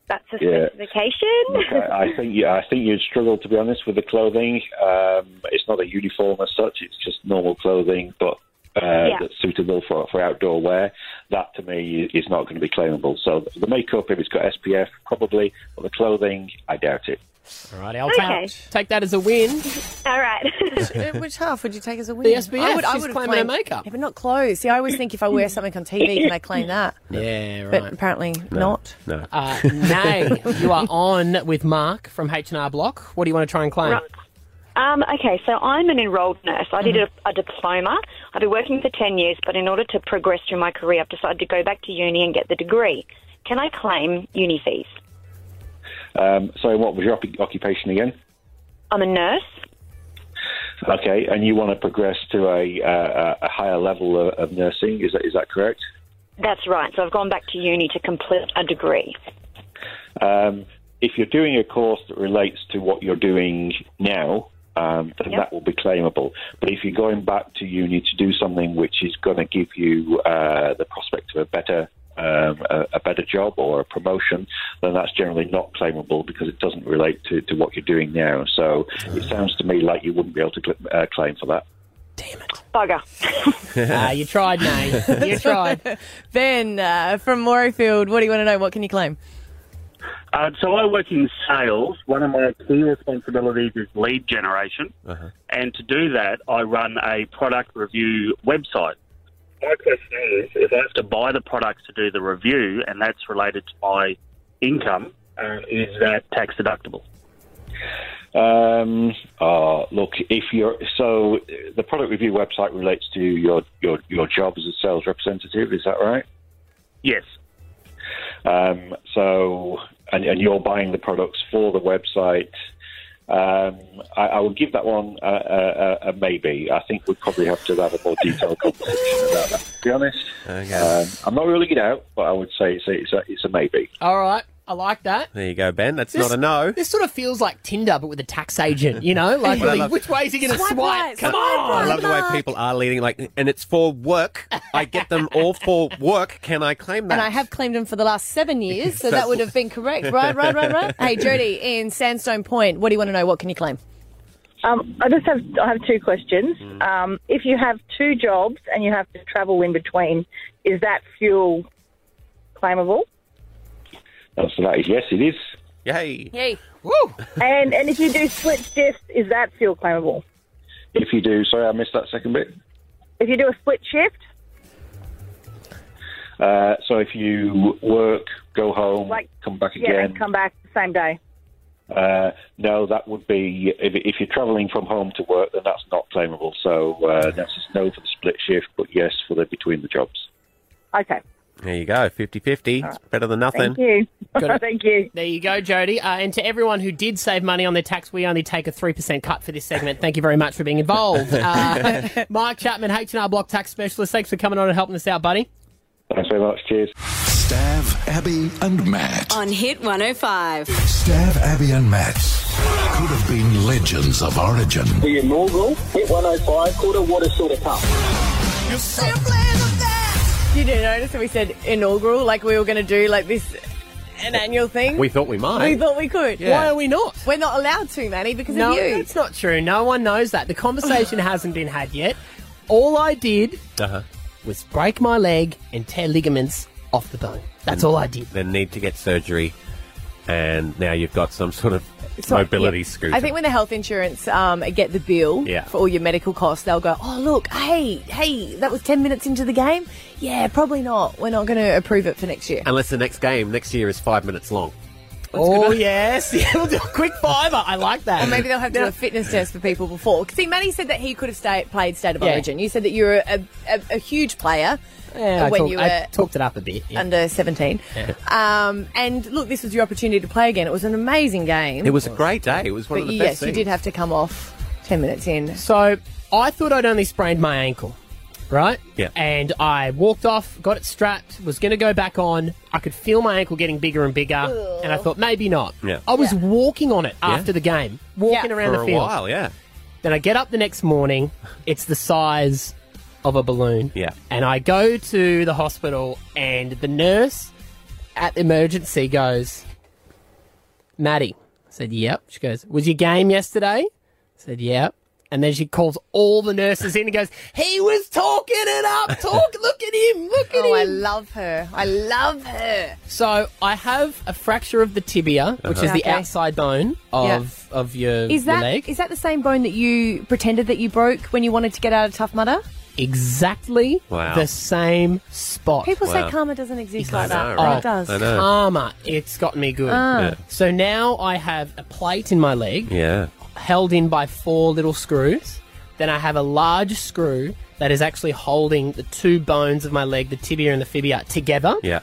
Speaker 19: that's a
Speaker 17: Yeah.
Speaker 19: specification.
Speaker 17: Look, I, I think you, I think you'd struggle to be honest with the clothing. Um, it's not a uniform as such; it's just normal clothing, but uh,
Speaker 19: Yeah.
Speaker 17: that's suitable for, for outdoor wear. That to me is not going to be claimable. So the makeup, if it's got SPF, probably, but the clothing, I doubt it.
Speaker 3: All right, I'll
Speaker 19: Okay.
Speaker 3: take, take that as a win.
Speaker 19: All right.
Speaker 4: Which half would you take as a win?
Speaker 3: The SBF,
Speaker 4: I would, I
Speaker 3: she's
Speaker 4: would
Speaker 3: claiming her makeup.
Speaker 4: Yeah, but not clothes. See, I always think if I wear something on TV, can I claim that?
Speaker 3: Yeah, right.
Speaker 4: But apparently not.
Speaker 5: No.
Speaker 3: Uh, Nay, you are on with Mark from H&R Block. What do you want to try and claim?
Speaker 20: Right. Um, okay, so I'm an enrolled nurse. I did
Speaker 4: Mm-hmm.
Speaker 20: a, a diploma. I've been working for 10 years, but in order to progress through my career, I've decided to go back to uni and get the degree. Can I claim uni fees?
Speaker 17: Um, so, what was your occup- occupation again?
Speaker 20: I'm a nurse.
Speaker 17: Okay, and you want to progress to a, uh, a higher level of, of nursing? Is that is that correct?
Speaker 20: That's right. So I've gone back to uni to complete a degree.
Speaker 17: Um, if you're doing a course that relates to what you're doing now, um, then that will be claimable. But if you're going back to uni to do something which is going to give you uh, the prospect of a better um, a, a better job or a promotion, then that's generally not claimable because it doesn't relate to, to what you're doing now. So it sounds to me like you wouldn't be able to cl- uh, claim for that.
Speaker 20: Bugger.
Speaker 3: Ah, you tried, Nay. You tried.
Speaker 4: ben uh, from Morrowfield, what do you want to know? What can you claim?
Speaker 21: Uh, so I work in sales. One of my key responsibilities is lead generation,
Speaker 5: Uh-huh.
Speaker 21: and to do that, I run a product review website. My question is, if I have to buy the products to do the review, and that's related to my income, um, is that tax deductible?
Speaker 17: Um, uh, look, if you're so, uh, the product review website relates to your your your job as a sales representative. Is that right?
Speaker 21: Yes.
Speaker 17: Um, so, and, and you're buying the products for the website. Um, I, I would give that one a, a, a- a maybe. I think we'd probably have to have a more detailed conversation about that. To be honest, um, I'm not ruling it out, but I would say it's a, it's a, it's a maybe.
Speaker 3: All right, I like that.
Speaker 5: There you go, Ben. That's
Speaker 3: This-
Speaker 5: not a no.
Speaker 3: This sort of feels like Tinder, but with a tax agent, you know? Like,
Speaker 5: Well, I
Speaker 3: really,
Speaker 5: love-
Speaker 3: which way is he going to
Speaker 4: Swipe
Speaker 3: swipe?
Speaker 4: right,
Speaker 3: Come
Speaker 4: swipe
Speaker 3: on!
Speaker 5: Oh, I love the way people are leading. Like, and it's for work. I get them all for work. Can I claim that?
Speaker 4: And I have claimed him for the last seven years, so that would have been correct. Right, right, right, right. Hey, Jody in Sandstone Point, what do you want to know? What can you claim?
Speaker 22: Um, I just have I have two questions. Um, if you have two jobs and you have to travel in between, is that fuel claimable?
Speaker 17: And so that is yes, it is.
Speaker 5: Yay!
Speaker 22: Yay!
Speaker 3: Woo!
Speaker 22: And and if you do split shifts, is that fuel claimable?
Speaker 17: If you do, sorry, I missed that second bit.
Speaker 22: If you do a split shift,
Speaker 17: Uh, so if you work, go home,
Speaker 22: Like-
Speaker 17: come back
Speaker 22: yeah,
Speaker 17: Oh, again.
Speaker 22: and come back the same day.
Speaker 17: Uh, no, that would be if, if you're travelling from home to work, then that's not claimable. So uh, that's just no for the split shift, but yes for the between the jobs.
Speaker 22: Okay.
Speaker 5: There you go. 50 50. It's better than nothing.
Speaker 22: you.
Speaker 3: Got it.
Speaker 22: Thank you.
Speaker 3: There you go, Jody. Uh, and to everyone who did save money on their tax, we only take a 3% cut for this segment. Thank you very much for being involved. Uh, Mark Chapman, H&R Block Tax Specialist, thanks for coming on and helping us out, buddy.
Speaker 17: Thanks very much. Cheers.
Speaker 16: Stav, Abby, and Matt.
Speaker 1: On Hit 105.
Speaker 16: Stav, Abby, and Matt could have been legends of origin.
Speaker 23: Be a mogul, hit 105, quarter water sort of cup.
Speaker 4: You didn't notice that we said inaugural, like we were going to do like this an annual thing.
Speaker 5: We thought we might.
Speaker 4: We thought we could.
Speaker 3: Yeah. Why are we not?
Speaker 4: We're not allowed to, Manny, because
Speaker 3: no,
Speaker 4: of you.
Speaker 3: that's not true. No one knows that. The conversation hasn't been had yet. All I did
Speaker 5: Uh-huh.
Speaker 3: was break my leg and tear ligaments off the bone. That's all I did.
Speaker 5: The need to get surgery. And now you've got some sort of
Speaker 4: So,
Speaker 5: mobility
Speaker 4: yeah.
Speaker 5: scooter.
Speaker 4: I think when the health insurance um, get the bill
Speaker 5: Yeah.
Speaker 4: for all your medical costs, they'll go, "Oh look, hey, hey, that was ten minutes into the game. Yeah, probably not. We're not going to approve it for next year."
Speaker 5: Unless the next game next year is five minutes long.
Speaker 3: Oh yes, yeah, we'll do a quick fiver. I like that.
Speaker 4: Or maybe they'll have to do a fitness test for people before. See, Manny said that he could have stayed, played State of
Speaker 3: Yeah.
Speaker 4: Origin. You said that you were a, a, a huge player
Speaker 3: Yeah,
Speaker 4: uh,
Speaker 3: I
Speaker 4: when
Speaker 3: talk-
Speaker 4: you
Speaker 3: I
Speaker 4: were
Speaker 3: talked it up a bit. yeah.
Speaker 4: under 17.
Speaker 5: Yeah.
Speaker 4: Um, and look, this was your opportunity to play again. It was an amazing game.
Speaker 5: It was a great day. It was one
Speaker 4: But
Speaker 5: of the
Speaker 4: yes,
Speaker 5: best
Speaker 4: you
Speaker 5: things.
Speaker 4: did have to come off 10 minutes in.
Speaker 3: So I thought I'd only sprained my ankle, right?
Speaker 5: Yeah.
Speaker 3: And I walked off, got it strapped, was going to go back on. I could feel my ankle getting bigger and bigger, and I thought maybe not.
Speaker 5: Yeah.
Speaker 3: I was walking on it
Speaker 5: Yeah.
Speaker 3: after the game, walking around
Speaker 5: for
Speaker 3: the
Speaker 5: a
Speaker 3: field.
Speaker 5: while. Yeah.
Speaker 3: Then I get up the next morning. It's the size of a balloon.
Speaker 5: Yeah.
Speaker 3: And I go to the hospital, and the nurse at the emergency goes, Maddie. I said, Yep. She goes, Was your game yesterday? I said, Yep. And then she calls all the nurses in and goes, He was talking it up. Talk. Look at him. Look at
Speaker 4: oh, I
Speaker 3: him.
Speaker 4: love her. I love her.
Speaker 3: So I have a fracture of the tibia, which
Speaker 4: Uh-huh.
Speaker 3: is the
Speaker 4: Okay.
Speaker 3: outside bone of of your,
Speaker 4: Is
Speaker 3: your
Speaker 4: that
Speaker 3: leg.
Speaker 4: is that the same bone that you pretended that you broke when you wanted to get out of Tough Mudder?
Speaker 3: exactly
Speaker 5: Wow.
Speaker 3: the same spot.
Speaker 4: People say karma doesn't exist like that,
Speaker 3: Oh,
Speaker 4: but it does.
Speaker 3: Karma. It's gotten me good.
Speaker 4: Ah. Yeah.
Speaker 3: So now I have a plate in my leg
Speaker 5: Yeah.
Speaker 3: held in by four little screws. Then I have a large screw that is actually holding the two bones of my leg, the tibia and the fibia, together.
Speaker 5: Yeah.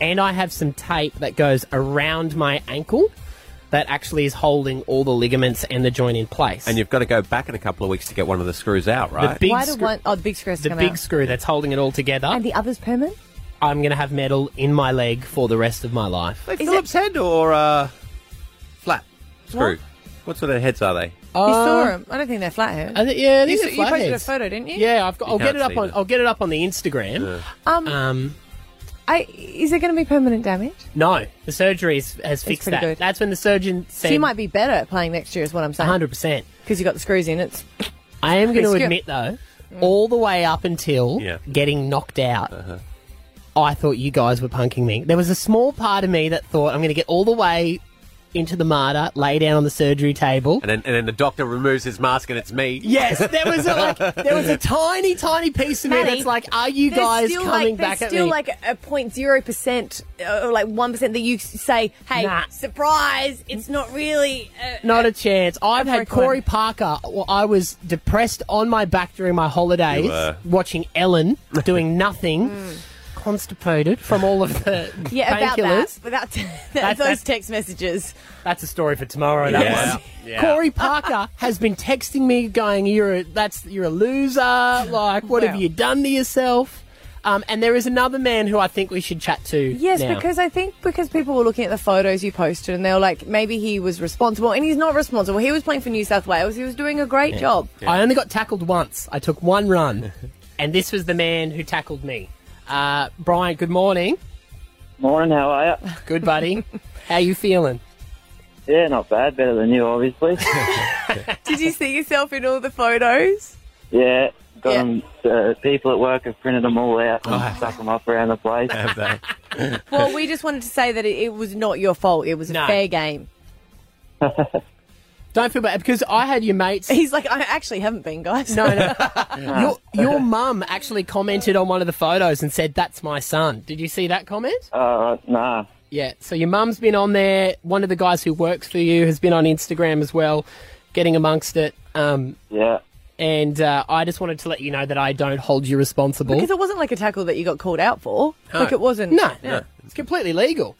Speaker 3: And I have some tape that goes around my ankle that actually is holding all the ligaments and the joint in place.
Speaker 5: And you've got to go back in a couple of weeks to get one of the screws out, right?
Speaker 3: The big
Speaker 4: Why do
Speaker 3: screw-
Speaker 4: one oh the big screws
Speaker 3: the
Speaker 4: come
Speaker 3: big
Speaker 4: out.
Speaker 3: screw that's holding it all together.
Speaker 4: and the other's permanent?
Speaker 3: I'm going to have metal in my leg for the rest of my life.
Speaker 5: Like Phillips head or uh, flat screw? What? sort of heads are they?
Speaker 4: you saw them. I don't think they're flathead.
Speaker 3: Uh, I think- yeah, I think
Speaker 4: you,
Speaker 3: they're
Speaker 4: you posted a
Speaker 3: flatheads.
Speaker 4: photo, didn't you?
Speaker 3: Yeah, I've got,
Speaker 5: You
Speaker 3: I'll get
Speaker 5: can't
Speaker 3: it up
Speaker 5: see
Speaker 3: on.
Speaker 5: them.
Speaker 3: I'll get it up on the Instagram.
Speaker 4: Um,
Speaker 3: Um,
Speaker 4: I, is there going to be permanent damage?
Speaker 3: no, the surgery has, has fixed
Speaker 4: pretty
Speaker 3: that.
Speaker 4: good.
Speaker 3: That's when the surgeon
Speaker 4: So
Speaker 3: said,
Speaker 4: you might be better at playing next year, is what I'm saying.
Speaker 3: "100 percent."
Speaker 4: Because you got the screws in. It's
Speaker 3: I am going
Speaker 4: Pretty
Speaker 3: to
Speaker 4: good.
Speaker 3: admit though, all the way up until getting knocked out,
Speaker 5: Uh-huh.
Speaker 3: I thought you guys were punking me. There was a small part of me that thought I'm going to get all the way into the martyr, lay down on the surgery table,
Speaker 5: And then, and then the doctor removes his mask and it's me.
Speaker 3: Yes, there was a, like there was a tiny, tiny piece of me
Speaker 4: Maddie,
Speaker 3: that's like, are you
Speaker 4: there's
Speaker 3: guys
Speaker 4: still
Speaker 3: coming
Speaker 4: like, there's
Speaker 3: back at
Speaker 4: still
Speaker 3: me?
Speaker 4: like a point zero percent, uh, or like one percent that you s- say, "Hey,
Speaker 3: Nah.
Speaker 4: surprise! It's not really." Uh,
Speaker 3: Not a chance. I've had
Speaker 4: frequent-
Speaker 3: Corey Parker. Well, I was depressed on my back during my holidays,
Speaker 5: You were.
Speaker 3: watching Ellen doing nothing, constipated from all of the
Speaker 4: Mm. yeah, about
Speaker 3: painkillers.
Speaker 4: that. But that, that,
Speaker 3: That's-
Speaker 4: those
Speaker 3: that's-
Speaker 4: text messages.
Speaker 3: That's a story for tomorrow. That
Speaker 5: Yeah.
Speaker 3: one.
Speaker 5: Yeah.
Speaker 3: Corey Parker has been texting me, going, "You're a, that's you're a loser. Like, what have
Speaker 4: Wow.
Speaker 3: you done to yourself?" Um, and there is another man who I think we should chat to.
Speaker 4: Yes,
Speaker 3: now.
Speaker 4: because I think because people were looking at the photos you posted and they were like, maybe he was responsible, and he's not responsible. He was playing for New South Wales. He was doing a great job.
Speaker 3: I only got tackled once. I took one run, and this was the man who tackled me. Uh, Brian, good morning.
Speaker 6: Morning, how are you?
Speaker 3: Good buddy. how you feeling?
Speaker 6: Yeah, not bad. Better than you, obviously.
Speaker 4: Did you see yourself in all the photos?
Speaker 6: yeah, got
Speaker 4: Yeah.
Speaker 6: 'em, Uh, people at work have printed them all out and stuck them up around the place.
Speaker 5: Oh. Have they?
Speaker 4: Well, we just wanted to say that it, it was not your fault. It was a
Speaker 3: No.
Speaker 4: fair game.
Speaker 3: Don't feel bad because I had your mates.
Speaker 4: He's like, I actually haven't been, guys.
Speaker 3: No, no. your your mum actually commented on one of the photos and said, "That's my son." Did you see that comment?
Speaker 6: Uh, nah.
Speaker 3: Yeah. So your mum's been on there. One of the guys who works for you has been on Instagram as well, getting amongst it. Um,
Speaker 6: yeah.
Speaker 3: And uh, I just wanted to let you know that I don't hold you responsible.
Speaker 4: Because it wasn't like a tackle that you got called out for.
Speaker 3: No.
Speaker 4: Like it wasn't.
Speaker 3: No, no. It's completely legal.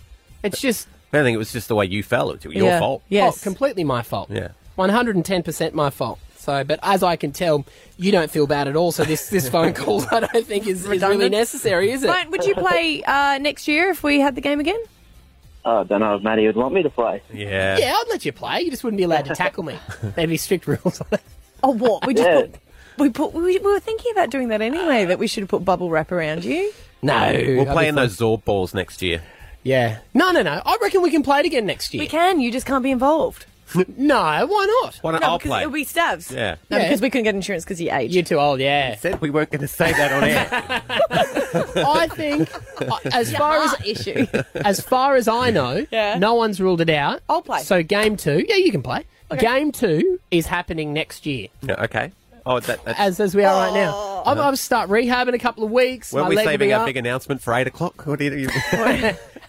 Speaker 3: It's just
Speaker 5: I think it was just the way you fell. It was your
Speaker 3: Yeah.
Speaker 5: fault.
Speaker 3: Yes. Oh, completely my fault.
Speaker 5: Yeah.
Speaker 3: 110% my fault. So, but as I can tell, you don't feel bad at all. So this, this phone call, I don't think is, is really
Speaker 4: Redundant.
Speaker 3: necessary, is it?
Speaker 4: Brian, would you play uh, next year if we had the game again?
Speaker 6: Oh, I don't know if Matty would want me to play.
Speaker 5: Yeah.
Speaker 3: Yeah, I'd let you play. You just wouldn't be allowed to tackle me. There'd be strict rules on it.
Speaker 4: Oh, what? We just
Speaker 3: Yeah.
Speaker 4: put, we put. We, we were thinking about doing that anyway. That we should have put bubble wrap around you.
Speaker 3: No.
Speaker 5: We'll
Speaker 3: that'd
Speaker 5: play
Speaker 3: be
Speaker 5: in those Zorb balls next year.
Speaker 3: Yeah. No, no, no. I reckon we can play it again next year.
Speaker 4: We can. You just can't be involved.
Speaker 3: No, why not?
Speaker 5: Why not?
Speaker 4: no,
Speaker 5: I'll
Speaker 4: because
Speaker 5: play.
Speaker 4: it'll be stabs.
Speaker 5: Yeah.
Speaker 4: No, because we couldn't get insurance because you're age.
Speaker 3: You're too old. Yeah.
Speaker 5: Said we weren't going to say that on air.
Speaker 3: I think, I- as
Speaker 4: Your
Speaker 3: far as
Speaker 4: heart issue.
Speaker 3: as far as I know,
Speaker 4: Yeah.
Speaker 3: no one's ruled it out. I'll
Speaker 4: play.
Speaker 3: So game two, yeah, you can play. Game two is happening next year.
Speaker 5: Yeah, okay. Oh, that, that's,
Speaker 3: as as we are right now.
Speaker 4: Oh.
Speaker 3: I'm, I'm start rehab in a couple of weeks.
Speaker 5: weren't
Speaker 3: My
Speaker 5: we
Speaker 3: leg will
Speaker 5: saving
Speaker 3: be
Speaker 5: our
Speaker 3: up.
Speaker 5: big announcement for eight o'clock? What did you?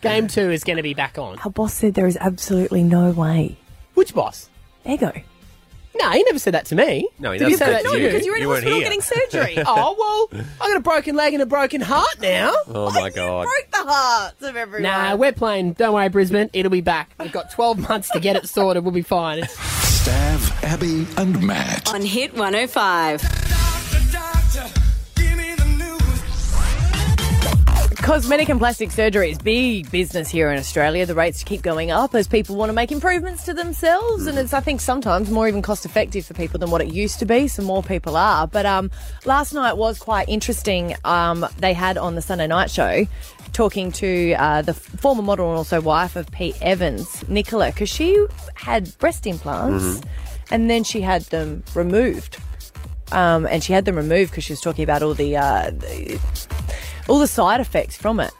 Speaker 3: Game two is going to be back on.
Speaker 4: Our boss said there is absolutely no way.
Speaker 3: Which boss?
Speaker 4: Ego.
Speaker 3: No, he never said that to me.
Speaker 5: No, he
Speaker 3: Did
Speaker 5: never
Speaker 3: say
Speaker 5: said
Speaker 3: that
Speaker 5: to
Speaker 3: to
Speaker 5: you. You weren't here.
Speaker 3: oh well, I got a broken leg and a broken heart now.
Speaker 5: Oh my god!
Speaker 4: Break the hearts of everyone.
Speaker 3: Nah, we're playing. Don't worry, Brisbane. It'll be back. We've got 12 months to get it sorted. We'll be fine.
Speaker 16: Stav, Abby, and Matt.
Speaker 1: On Hit 105.
Speaker 4: Cosmetic and plastic surgery is big business here in Australia. The rates keep going up as people want to make improvements to themselves, and it's I think sometimes more even cost effective for people than what it used to be. So more people are. But um, last night was quite interesting. Um, they had on the Sunday night show talking to uh, the former model and also wife of Pete Evans, Nicola, because she had breast implants
Speaker 8: Mhm.
Speaker 4: and then she had them removed. Um, and she had them removed because she was talking about all the, uh, the all the side effects from it.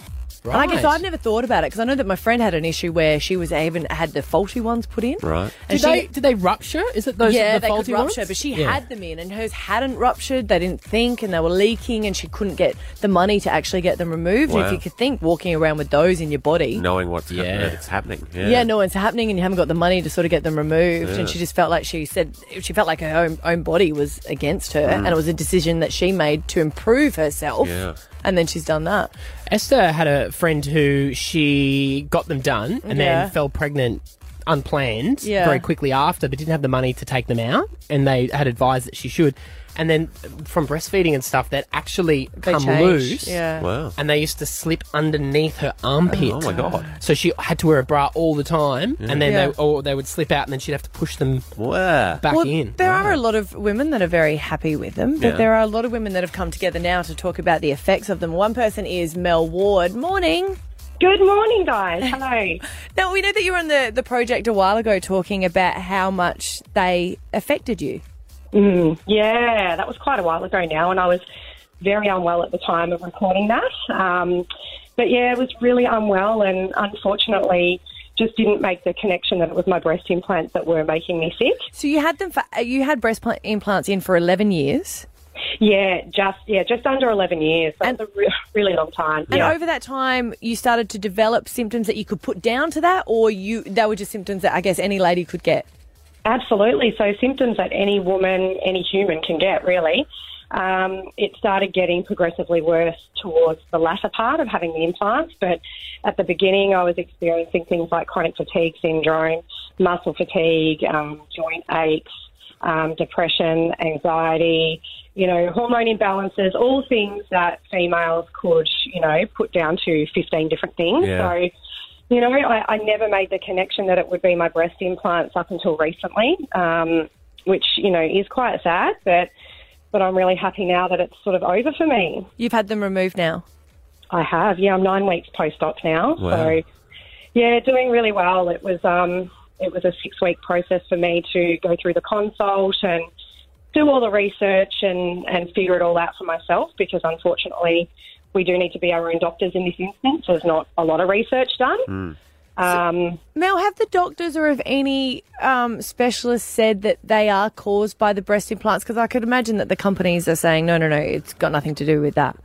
Speaker 4: And I guess
Speaker 3: Right.
Speaker 4: I've never thought about it because I know that my friend had an issue where she was even had the faulty ones put in.
Speaker 5: Right.
Speaker 3: Did
Speaker 4: And she-
Speaker 3: they did they rupture? Is it those
Speaker 4: yeah,
Speaker 3: the
Speaker 4: they
Speaker 3: faulty
Speaker 4: could rupture,
Speaker 3: ones?
Speaker 4: but she
Speaker 3: Yeah.
Speaker 4: had them in, and hers hadn't ruptured. They didn't think, and they were leaking, and she couldn't get the money to actually get them removed. And
Speaker 5: Wow.
Speaker 4: if you could think, walking around with those in your body,
Speaker 5: Knowing what's yeah. it's happening. Yeah.
Speaker 4: yeah. no, it's happening, and you haven't got the money to sort of get them removed.
Speaker 5: Yeah.
Speaker 4: And she just felt like she said she felt like her own, own body was against her,
Speaker 3: Mm.
Speaker 4: and it was a decision that she made to improve herself.
Speaker 3: Yeah.
Speaker 4: And then she's done that.
Speaker 3: Esther had a friend who she got them done and
Speaker 4: Yeah.
Speaker 3: then fell pregnant unplanned
Speaker 4: Yeah.
Speaker 3: very quickly after, but didn't have the money to take them out. And they had advised that she should. And then from breastfeeding and stuff, that actually
Speaker 4: They
Speaker 3: come
Speaker 4: change,
Speaker 3: loose.
Speaker 4: yeah. Wow.
Speaker 3: And they used to slip underneath her armpit.
Speaker 5: Oh, my God.
Speaker 3: So she had to wear a bra all the time,
Speaker 5: Yeah.
Speaker 3: and then
Speaker 4: Yeah.
Speaker 3: they or they would slip out, and then she'd have to push them back
Speaker 4: well,
Speaker 3: in.
Speaker 4: There are a lot of women that are very happy with them, but
Speaker 3: Yeah.
Speaker 4: there are a lot of women that have come together now to talk about the effects of them. One person is Mel Ward. Morning. Good morning, guys. Hello. now, we know that you were on the, the project a while ago talking about how much they affected you.
Speaker 8: Mm, yeah, that was quite a while ago now, and I was very unwell at the time of recording that. Um, but yeah, it was really unwell, and unfortunately, just didn't make the connection that it was my breast implants that were making me sick.
Speaker 4: So you had them for, uh, you had breast pla- implants in for 11 years.
Speaker 8: Yeah, just yeah, just under eleven years. That's a re- really long time.
Speaker 4: And
Speaker 8: yeah.
Speaker 4: over that time, you started to develop symptoms that you could put down to that, or you they were just symptoms that I guess any lady could get.
Speaker 8: Absolutely. So symptoms that any woman, any human can get, really. Um, it started getting progressively worse towards the latter part of having the implants, but at the beginning, I was experiencing things like chronic fatigue syndrome, muscle fatigue, um, joint aches, um, depression, anxiety, you know, hormone imbalances, all things that females could, you know, put down to 15 different things.
Speaker 10: Yeah.
Speaker 8: So you know, I, I never made the connection that it would be my breast implants up until recently, um, which you know is quite sad. But but I'm really happy now that it's sort of over for me.
Speaker 4: You've had them removed now.
Speaker 8: I have, yeah. I'm nine weeks post-op now,
Speaker 4: Wow.
Speaker 8: so yeah, doing really well. It was um, it was a six-week process for me to go through the consult and do all the research and and figure it all out for myself because unfortunately. We do need to be our own doctors in this instance. There's not a lot of research done.
Speaker 5: Mm,
Speaker 8: Um,
Speaker 4: Mel, have the doctors or have any um, specialists said that they are caused by the breast implants? Because I could imagine that the companies are saying, no, no, no, it's got nothing to do with that.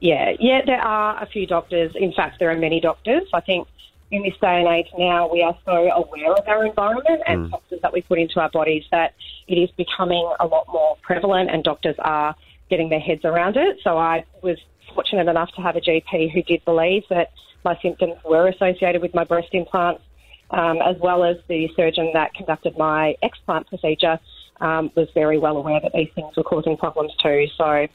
Speaker 8: Yeah, yeah, there are a few doctors. In fact, there are many doctors. I think in this day and age now, we are so aware of our environment and
Speaker 10: Mm.
Speaker 8: toxins that we put into our bodies that it is becoming a lot more prevalent, and doctors are getting their heads around it. So I was fortunate enough to have a GP who did believe that my symptoms were associated with my breast implants, um, as well as the surgeon that conducted my explant procedure. Um, was very well aware that these things were causing problems too. So,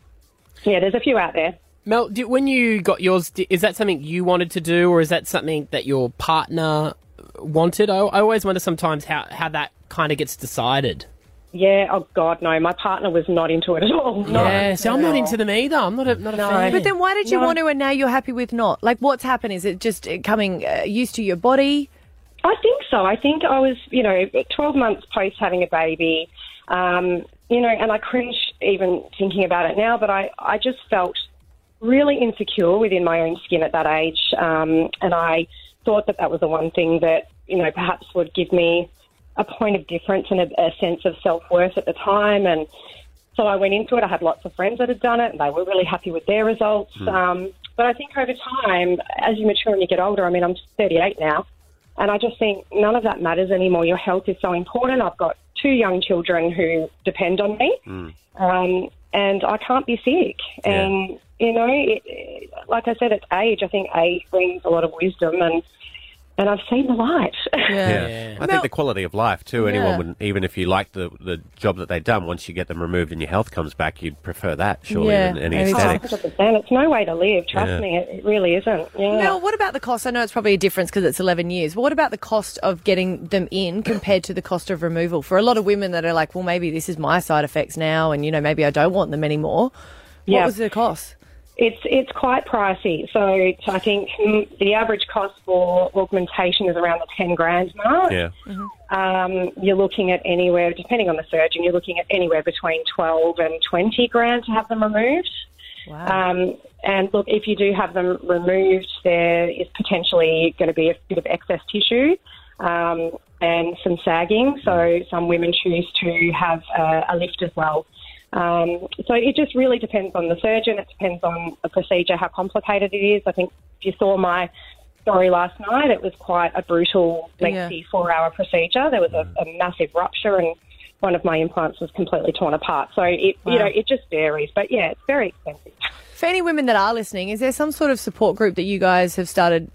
Speaker 8: yeah, there's a few out there.
Speaker 3: Mel, do, when you got yours, di- is that something you wanted to do, or is that something that your partner wanted? I, I always wonder sometimes how, how that kind of gets decided.
Speaker 8: Yeah, oh God, no. My partner was not into it at all. No.
Speaker 3: Yeah, see, I'm not into them either. I'm not a, not a fan.
Speaker 4: But then why did you
Speaker 8: No.
Speaker 4: want to and now you're happy with not? Like, what's happened? Is it just uh, coming uh, used to your body?
Speaker 8: I think so. I think I was, you know, 12 months post having a baby, um, you know, and I cringe even thinking about it now, but I, I just felt really insecure within my own skin at that age. Um, and I thought that that was the one thing that, you know, perhaps would give me a point of difference and a, a sense of self worth at the time. And So I went into it. I had lots of friends that had done it, and they were really happy with their results.
Speaker 2: Hmm.
Speaker 8: Um, but I think over time, as you mature and you get older, I mean, I'm 38 now, and I just think none of that matters anymore. Your health is so important. I've got two young children who depend on me,
Speaker 5: mm.
Speaker 8: um, and I can't be sick. And you know, it- it, like I said, it's age. I think age brings a lot of wisdom, and and I've seen the light.
Speaker 5: Yeah. I think the quality of life too.
Speaker 8: Yeah.
Speaker 5: Anyone would, even if you liked the the job that they've done, once you get them removed and your health comes back, you'd prefer that surely than any aesthetic.
Speaker 8: Oh, 100%. It's no way to live. Trust
Speaker 5: Yeah.
Speaker 8: me, it, it really isn't. Yeah.
Speaker 4: Mel, what about the cost? I know it's probably a difference because it's 11 years, but what about the cost of getting them in compared to the cost of removal? For a lot of women that are like, well, maybe this is my side effects now, and you know, maybe I don't want them anymore. What
Speaker 8: Yeah.
Speaker 4: was the cost?
Speaker 8: It's it's quite pricey. So it's- I think mm, the average cost for augmentation is around the ten grand mark.
Speaker 2: Yeah.
Speaker 5: Mm-hmm.
Speaker 8: Um, you're looking at anywhere, depending on the surgeon, you're looking at anywhere between twelve and twenty grand to have them removed.
Speaker 4: Wow.
Speaker 8: Um, and look, if you do have them removed, there is potentially going to be a bit of excess tissue um, and some sagging. So some women choose to have a, a lift as well. Um, so it just really depends on the surgeon. It depends on the procedure, how complicated it is. I think if you saw my story last night, it was quite a brutal, lengthy
Speaker 2: Yeah.
Speaker 8: four-hour procedure. There was a, a massive rupture, and one of my implants was completely torn apart. So it,
Speaker 4: Wow.
Speaker 8: you know, it just varies. But yeah, it's very expensive.
Speaker 4: For any women that are listening, is there some sort of support group that you guys have started,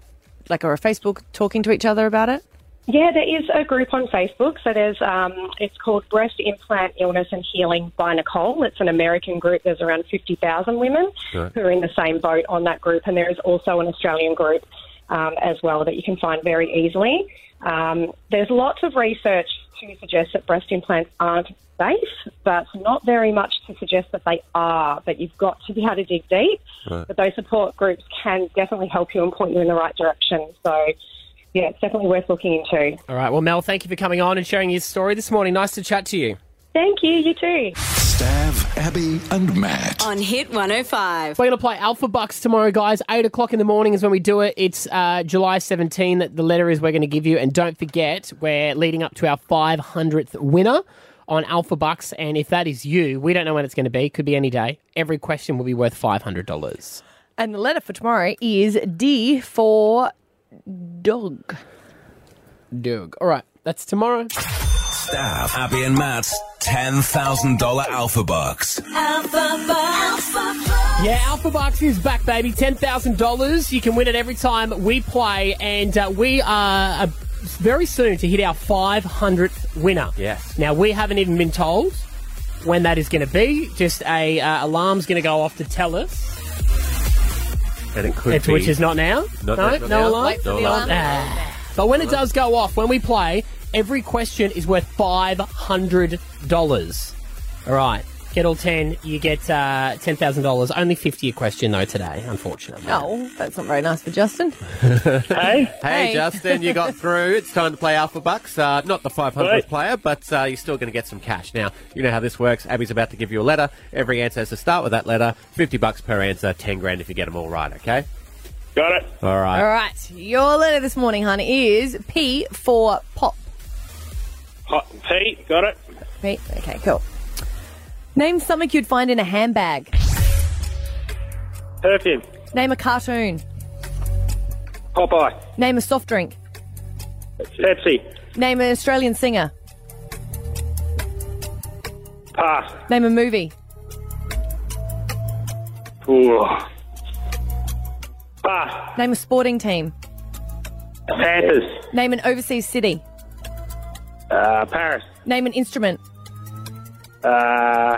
Speaker 4: like, or a Facebook talking to each other about it?
Speaker 8: Yeah, there is a group on Facebook. So there's, um, it's called Breast Implant Illness and Healing by Nicole. It's an American group. There's around 50,000 women
Speaker 2: Right.
Speaker 8: who are in the same boat on that group. And there is also an Australian group um, as well that you can find very easily. Um, there's lots of research to suggest that breast implants aren't safe, but not very much to suggest that they are. But you've got to be able to dig deep.
Speaker 2: Right.
Speaker 8: But those support groups can definitely help you and point you in the right direction. So, yeah, it's definitely worth looking into.
Speaker 3: All right. Well, Mel, thank you for coming on and sharing your story this morning. Nice to chat to you.
Speaker 8: Thank you. You too.
Speaker 16: Stav, Abby, and Matt.
Speaker 3: On Hit 105. We're going to play Alpha Bucks tomorrow, guys. 8 o'clock in the morning is when we do it. It's uh, July 17 that the letter is we're going to give you. And don't forget, we're leading up to our 500th winner on Alpha Bucks. And if that is you, we don't know when it's going to be. Could be any day. Every question will be worth $500.
Speaker 4: And the letter for tomorrow is D for dog.
Speaker 3: Doug. All right. That's tomorrow.
Speaker 10: Staff, Abby and Matt's $10,000 Alpha Bucks.
Speaker 1: Alpha Bucks.
Speaker 3: Yeah, Alpha Bucks is back, baby. $10,000. You can win it every time we play. And uh, we are uh, very soon to hit our 500th winner.
Speaker 5: Yes.
Speaker 3: Now, we haven't even been told when that is going to be. Just a uh, alarm's going to go off to tell us,
Speaker 5: And it could
Speaker 3: It's-
Speaker 5: be.
Speaker 3: which is not now.
Speaker 5: Not-
Speaker 3: no,
Speaker 5: not
Speaker 3: no
Speaker 5: now.
Speaker 3: alarm.
Speaker 5: Wait for No the alarm. alarm.
Speaker 3: Ah. But when it does go off, when we play, every question is worth five hundred dollars. All right, get all ten. You get uh, ten thousand dollars. Only fifty a question though today, unfortunately.
Speaker 4: Oh, that's not very nice for Justin.
Speaker 5: hey.
Speaker 4: Hey.
Speaker 5: Justin, you got through. It's time to play Alpha Bucks. Uh, not the 500th
Speaker 4: Right.
Speaker 5: player, but uh, you're still going to get some cash. Now, you know how this works. Abby's about to give you a letter. Every answer has to start with that letter. 50 bucks per answer, 10 grand if you get them all right, okay?
Speaker 21: Got it.
Speaker 5: All right.
Speaker 4: All right. Your letter this morning, honey, is P for pop.
Speaker 21: Hot Pete, got it.
Speaker 4: Right? Okay, cool. Name something you'd find in a handbag.
Speaker 21: Perfume.
Speaker 4: Name a cartoon.
Speaker 21: Popeye.
Speaker 4: Name a soft drink.
Speaker 21: Pepsi.
Speaker 4: Name an Australian singer.
Speaker 21: Pass.
Speaker 4: Name a movie.
Speaker 21: Ooh. Pass.
Speaker 4: Name a sporting team.
Speaker 21: Panthers.
Speaker 4: Name an overseas city.
Speaker 21: Uh, Paris.
Speaker 4: Name an instrument.
Speaker 21: Uh,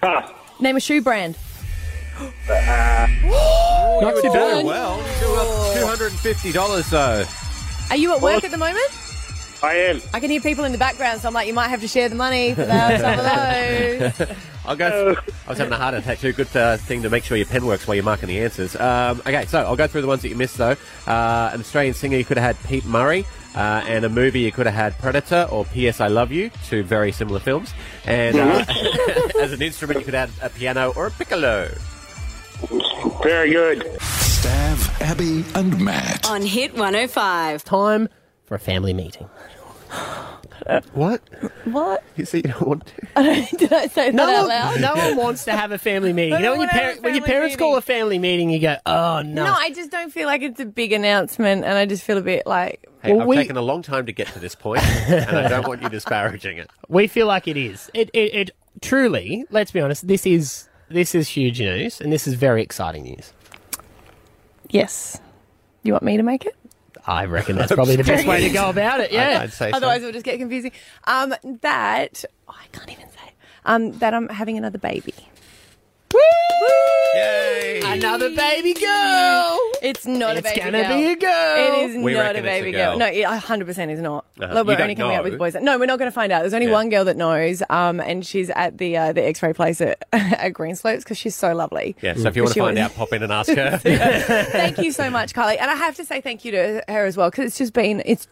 Speaker 21: pass.
Speaker 4: Name a shoe brand.
Speaker 21: Uh,
Speaker 5: You were
Speaker 4: Not too
Speaker 5: doing
Speaker 4: bad.
Speaker 5: well. You were up $250 though.
Speaker 4: Are you at work at the moment?
Speaker 21: I am.
Speaker 4: I can hear people in the background, so I'm like, you might have to share the money for that, some of those.
Speaker 5: I'll go. I was having a heart attack too. Good uh, thing to make sure your pen works while you're marking the answers. Um, okay, so I'll go through the ones that you missed though. Uh, an Australian singer you could have had Pete Murray, uh, and a movie you could have had Predator or P.S. I Love You, two very similar films. And uh, as an instrument you could add uh, a piano or a piccolo.
Speaker 21: Very good.
Speaker 16: Stav, Abby, and Matt.
Speaker 1: oh
Speaker 3: On Hit 105. Time for a family meeting.
Speaker 5: What?
Speaker 4: What?
Speaker 5: You say you don't want to?
Speaker 4: Did I say
Speaker 3: No
Speaker 4: that out
Speaker 3: one,
Speaker 4: loud?
Speaker 3: no one wants to have a family meeting. You know, when, your par- when your parents call a family meeting, you go, oh, no.
Speaker 4: No. I just don't feel like it's a big announcement, and I just feel a bit like.
Speaker 5: Hey, I've taken a long time to get to this point, and I don't want you disparaging it.
Speaker 3: We feel like it is. It, it, it truly, let's be honest, this is this is huge news and this is very exciting news.
Speaker 4: yes. You want me to make it?
Speaker 3: I reckon that's probably the best way to go about it. Yeah.
Speaker 4: Otherwise, it'll just get confusing. Um, that oh, I can't even say. Um, that I'm having another baby.
Speaker 5: Yay!
Speaker 3: Another baby girl.
Speaker 4: It's not
Speaker 3: It's
Speaker 4: a baby
Speaker 3: gonna
Speaker 4: girl.
Speaker 3: be a girl.
Speaker 4: It is
Speaker 3: We
Speaker 4: not a
Speaker 3: reckon it's a
Speaker 4: baby
Speaker 3: girl.
Speaker 4: girl. No, it 100% is not.
Speaker 3: Uh-huh.
Speaker 4: Like,
Speaker 3: You
Speaker 4: we're
Speaker 3: don't
Speaker 4: only coming out
Speaker 3: know.
Speaker 4: with boys. No, we're not going to find out. There's only
Speaker 3: Yeah.
Speaker 4: one girl that knows, um, and she's at the uh, the X-ray place at, at Green Slopes because she's so lovely. Mm.
Speaker 5: Yeah, so if you want to
Speaker 4: She
Speaker 5: find
Speaker 4: was-
Speaker 5: out, pop in and ask her.
Speaker 4: thank you so much, Carly. And I have to say thank you to her as well because it's just been it's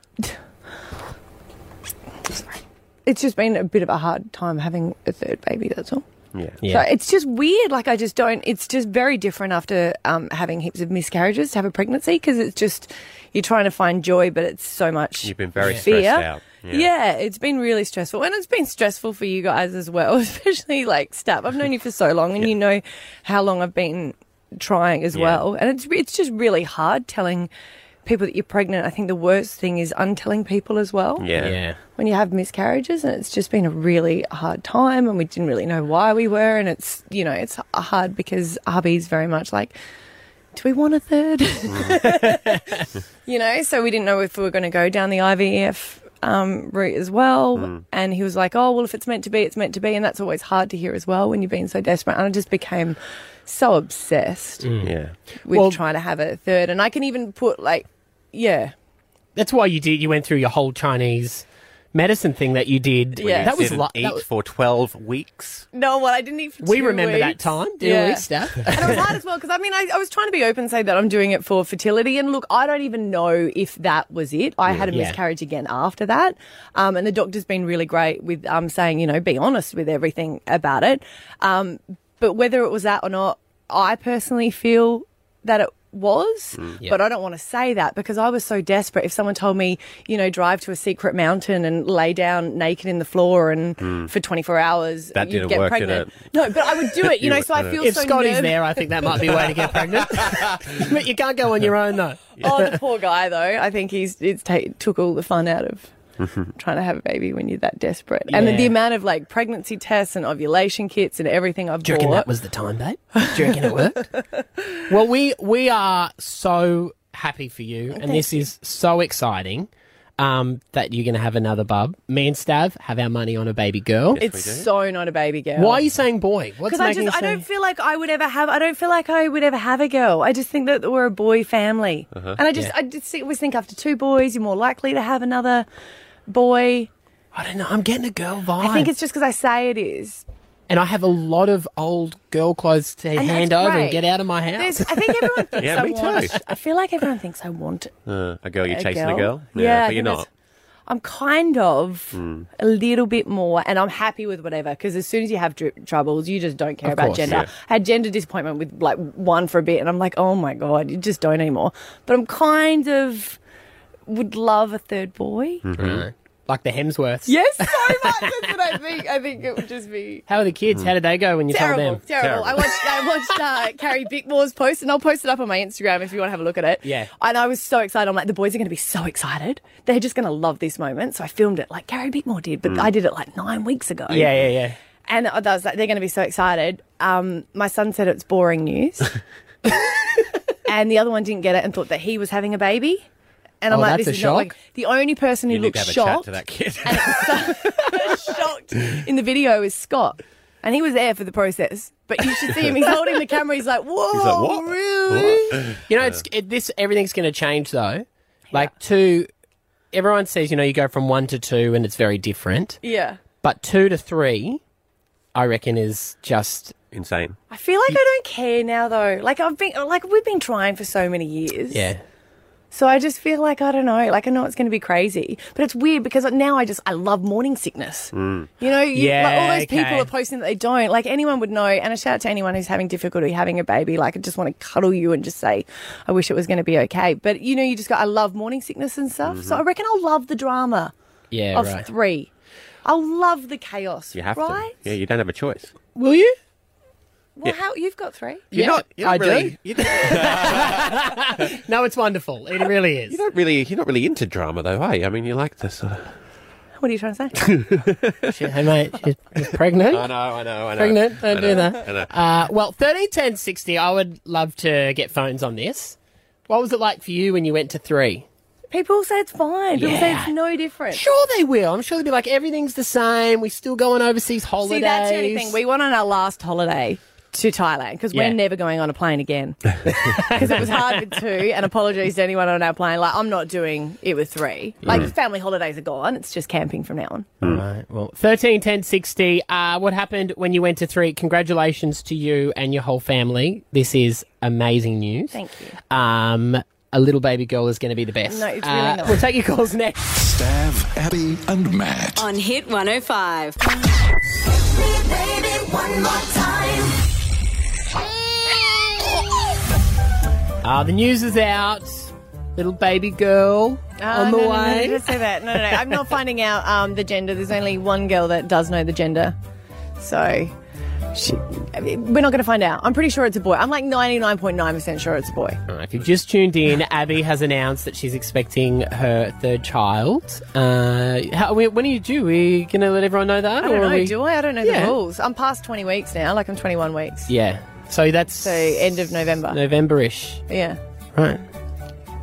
Speaker 4: it's just been a bit of a hard time having a third baby. That's all.
Speaker 5: Yeah.
Speaker 4: So it's just weird. Like I just don't. It's just very different after um, having heaps of miscarriages to have a pregnancy because it's just you're trying to find joy, but it's so much.
Speaker 5: You've been very
Speaker 4: fear.
Speaker 5: stressed out.
Speaker 4: Yeah. it's been really stressful, and it's been stressful for you guys as well, especially like stuff. I've known you for so long, and you know how long I've been trying as
Speaker 2: Yeah.
Speaker 4: well, and it's it's just really hard telling people that you're pregnant. I think the worst thing is untelling people as well
Speaker 5: Yeah. Yeah.
Speaker 4: when you have miscarriages and it's just been a really hard time and we didn't really know why we were and it's you know it's hard because hubby's very much like do we want a third you know so we didn't know if we were going to go down the ivf um, route as well and he was like oh well if it's meant to be it's meant to be and that's always hard to hear as well when you've been so desperate and i just became so obsessed
Speaker 3: Mm.
Speaker 5: Yeah.
Speaker 4: with trying to have a third and i can even put like yeah
Speaker 3: That's why you did. You went through your whole Chinese medicine thing that you did.
Speaker 4: Yeah.
Speaker 3: that was
Speaker 4: Didn't
Speaker 3: like
Speaker 4: eat
Speaker 5: for twelve weeks.
Speaker 4: No, well, I didn't eat for
Speaker 3: We
Speaker 4: two
Speaker 3: remember that
Speaker 4: weeks.
Speaker 3: time, didn't we, Steph?
Speaker 4: and it was hard as well because I mean, I, I was trying to be open and say that I'm doing it for fertility. And look, I don't even know if that was it. I had a
Speaker 2: Yeah.
Speaker 4: miscarriage again after that, um, and the doctor's been really great with um, saying, you know, be honest with everything about it. Um, but whether it was that or not, I personally feel that it was,
Speaker 2: Mm. Yeah.
Speaker 4: but I don't want to say that because I was so desperate. If someone told me, you know, drive to a secret mountain and lay down naked in the floor and
Speaker 5: Mm.
Speaker 4: for 24 hours,
Speaker 5: That
Speaker 4: you'd
Speaker 5: didn't
Speaker 4: get
Speaker 5: work, did
Speaker 4: pregnant.
Speaker 5: it?
Speaker 4: No, but I would do it, you,
Speaker 5: You
Speaker 4: know.
Speaker 5: would-
Speaker 4: So I
Speaker 5: no.
Speaker 4: feel
Speaker 3: If
Speaker 4: so
Speaker 3: Scotty's
Speaker 4: nerve-
Speaker 3: there, I think that might be a way to get pregnant. but you can't go on your own though.
Speaker 4: Oh, the poor guy though. I think he's it's ta took all the fun out of trying to have a baby when you're that desperate. And the,
Speaker 3: Yeah.
Speaker 4: amount of like pregnancy tests and ovulation kits and everything I've
Speaker 3: Do you reckon
Speaker 4: bought.
Speaker 3: that was the time, babe? Do you reckon it worked? well, we we are so happy for Oh, you, and
Speaker 4: Thank
Speaker 3: this is so exciting um, that you're going to have another bub. Me and Stav have our money on a baby girl.
Speaker 4: Oh, it's so not a baby girl.
Speaker 3: Why are you saying boy? What's
Speaker 4: Because I
Speaker 3: making
Speaker 4: just
Speaker 3: you
Speaker 4: I
Speaker 3: say-
Speaker 4: don't feel like I would ever have I don't feel like I would ever have a girl. I just think that we're a boy family,
Speaker 3: Uh-huh.
Speaker 4: and I just
Speaker 3: Yeah.
Speaker 4: I just think- always think after two boys you're more likely to have another boy.
Speaker 3: I don't know. I'm getting a girl vibe.
Speaker 4: I think it's just because I say it is.
Speaker 3: and I have a lot of old girl clothes to
Speaker 4: And
Speaker 3: hand
Speaker 4: that's
Speaker 3: over and
Speaker 4: great.
Speaker 3: get out of my house.
Speaker 4: There's- I think everyone thinks
Speaker 5: Yeah,
Speaker 4: I
Speaker 5: me
Speaker 4: want.
Speaker 5: too.
Speaker 4: I feel like everyone thinks I want.
Speaker 5: Uh, a girl, you're
Speaker 4: A
Speaker 5: chasing a
Speaker 4: girl?
Speaker 5: girl?
Speaker 4: Yeah, I
Speaker 5: but you're
Speaker 4: think
Speaker 5: not.
Speaker 4: that's- I'm kind of
Speaker 3: Hmm.
Speaker 5: Mm.
Speaker 4: a little bit more, and I'm happy with whatever. Because as soon as you have dri troubles, you just don't care
Speaker 2: Of
Speaker 4: about
Speaker 2: course,
Speaker 4: gender.
Speaker 2: yeah.
Speaker 4: I had gender disappointment with like one for a bit, and I'm like, oh my god, you just don't anymore. But I'm kind of would love a third boy.
Speaker 3: Mhm. Like the Hemsworths.
Speaker 4: Yes, so much. That's what I think. I think it would just be.
Speaker 3: How are the kids? How did they go when you
Speaker 4: Terrible,
Speaker 3: told them?
Speaker 4: terrible, I watched, I watched uh, Carrie Bickmore's post, and I'll post it up on my Instagram if you want to have a look at it.
Speaker 3: Yeah.
Speaker 4: And I was so excited. I'm like, the boys are going to be so excited. They're just going to love this moment. So I filmed it like Carrie Bickmore did, but
Speaker 3: Mm.
Speaker 4: I did it like nine weeks ago.
Speaker 3: Yeah, yeah, yeah.
Speaker 4: And I was like, they're going to be so excited. Um, my son said it's boring news. and the other one didn't get it and thought that he was having a baby. And
Speaker 5: Oh,
Speaker 4: I'm like,
Speaker 5: that's
Speaker 4: this
Speaker 5: a
Speaker 4: is not
Speaker 5: shock.
Speaker 4: like the only person who
Speaker 5: You need
Speaker 4: looked
Speaker 5: to have a chat
Speaker 4: shocked
Speaker 5: to that kid.
Speaker 4: in the video is Scott. And he was there for the process. But you should see him. He's holding the camera. He's like, whoa,
Speaker 3: "What?
Speaker 4: really?
Speaker 3: Oh, You know, it's it, this. Everything's going to change though. Like two, everyone says you know you go from one to two and it's very different,
Speaker 4: Yeah.
Speaker 3: but two to three, I reckon is just
Speaker 5: insane.
Speaker 4: I feel like I don't care now though. Like I've been like we've been trying for so many years.
Speaker 3: Yeah.
Speaker 4: So I just feel like I don't know. Like I know it's going to be crazy, but it's weird because now I just I love morning sickness. You know, you,
Speaker 2: Yeah,
Speaker 4: like all those
Speaker 2: okay.
Speaker 4: people are posting that they don't. Like anyone would know. And a shout out to anyone who's having difficulty having a baby. Like I just want to cuddle you and just say, I wish it was going to be okay. But you know, you just got I love morning sickness and stuff. So I reckon I'll love the drama.
Speaker 3: Yeah,
Speaker 4: of
Speaker 5: right.
Speaker 4: three. I love the chaos.
Speaker 5: You have
Speaker 4: right?
Speaker 5: to. Yeah, you don't have a choice.
Speaker 3: Will you?
Speaker 4: Well,
Speaker 5: Yeah.
Speaker 4: how you've got three?
Speaker 5: You're not- you're not
Speaker 3: I
Speaker 5: really-
Speaker 3: do. no, it's wonderful. It really is.
Speaker 5: You're not really, you're not really into drama, though, are you? I mean, you like the sort of.
Speaker 4: What are you trying to say?
Speaker 3: hey, mate, she's, she's pregnant.
Speaker 5: I know, I know, I know.
Speaker 3: Pregnant, don't
Speaker 5: I
Speaker 3: do
Speaker 5: know,
Speaker 3: that.
Speaker 5: I
Speaker 3: Uh,
Speaker 5: know.
Speaker 3: well, 13, 10, 60, I would love to get phones on this. What was it like for you when you went to three?
Speaker 4: People say it's fine. People say it's
Speaker 3: Yeah.
Speaker 4: no different.
Speaker 3: Sure, they will. I'm sure they'll be like, everything's the same. We're still going overseas holidays.
Speaker 4: See, that's the only thing. We went on our last holiday to Thailand because
Speaker 3: Yeah.
Speaker 4: we're never going on a plane again. Because it was hard with two, and apologies to anyone on our plane. Like, I'm not doing it with three. Like,
Speaker 3: Mm.
Speaker 4: family holidays are gone. It's just camping from now on.
Speaker 3: All right. Well, 13, 10, 60. Uh, what happened when you went to three? Congratulations to you and your whole family. This is amazing news.
Speaker 4: Thank
Speaker 3: you. Um, a little baby girl is going to be the best.
Speaker 1: No, it's
Speaker 3: Uh,
Speaker 1: really not.
Speaker 3: We'll take your calls next.
Speaker 16: Stav, Abby, and Matt.
Speaker 1: On Hit 105.
Speaker 3: Uh, the news is out. Little baby girl on the
Speaker 4: Ah, no, no, no,
Speaker 3: way.
Speaker 4: no, don't say that. No, no, no. I'm not finding out um, the gender. There's only one girl that does know the gender. So she, I mean, we're not going to find out. I'm pretty sure it's a boy. I'm like 99.9% sure it's a boy.
Speaker 3: All right, if you've just tuned in, Abby has announced that she's expecting her third child. Uh, how, we- when are you due? Are we going to let everyone know that?
Speaker 4: I don't
Speaker 3: or are
Speaker 4: know.
Speaker 3: we-
Speaker 4: Do I? I don't know
Speaker 3: Yeah.
Speaker 4: the rules. I'm past 20 weeks now. Like I'm 21 weeks.
Speaker 3: Yeah. So that's
Speaker 4: So end of November.
Speaker 3: November-ish.
Speaker 4: Yeah.
Speaker 3: Right.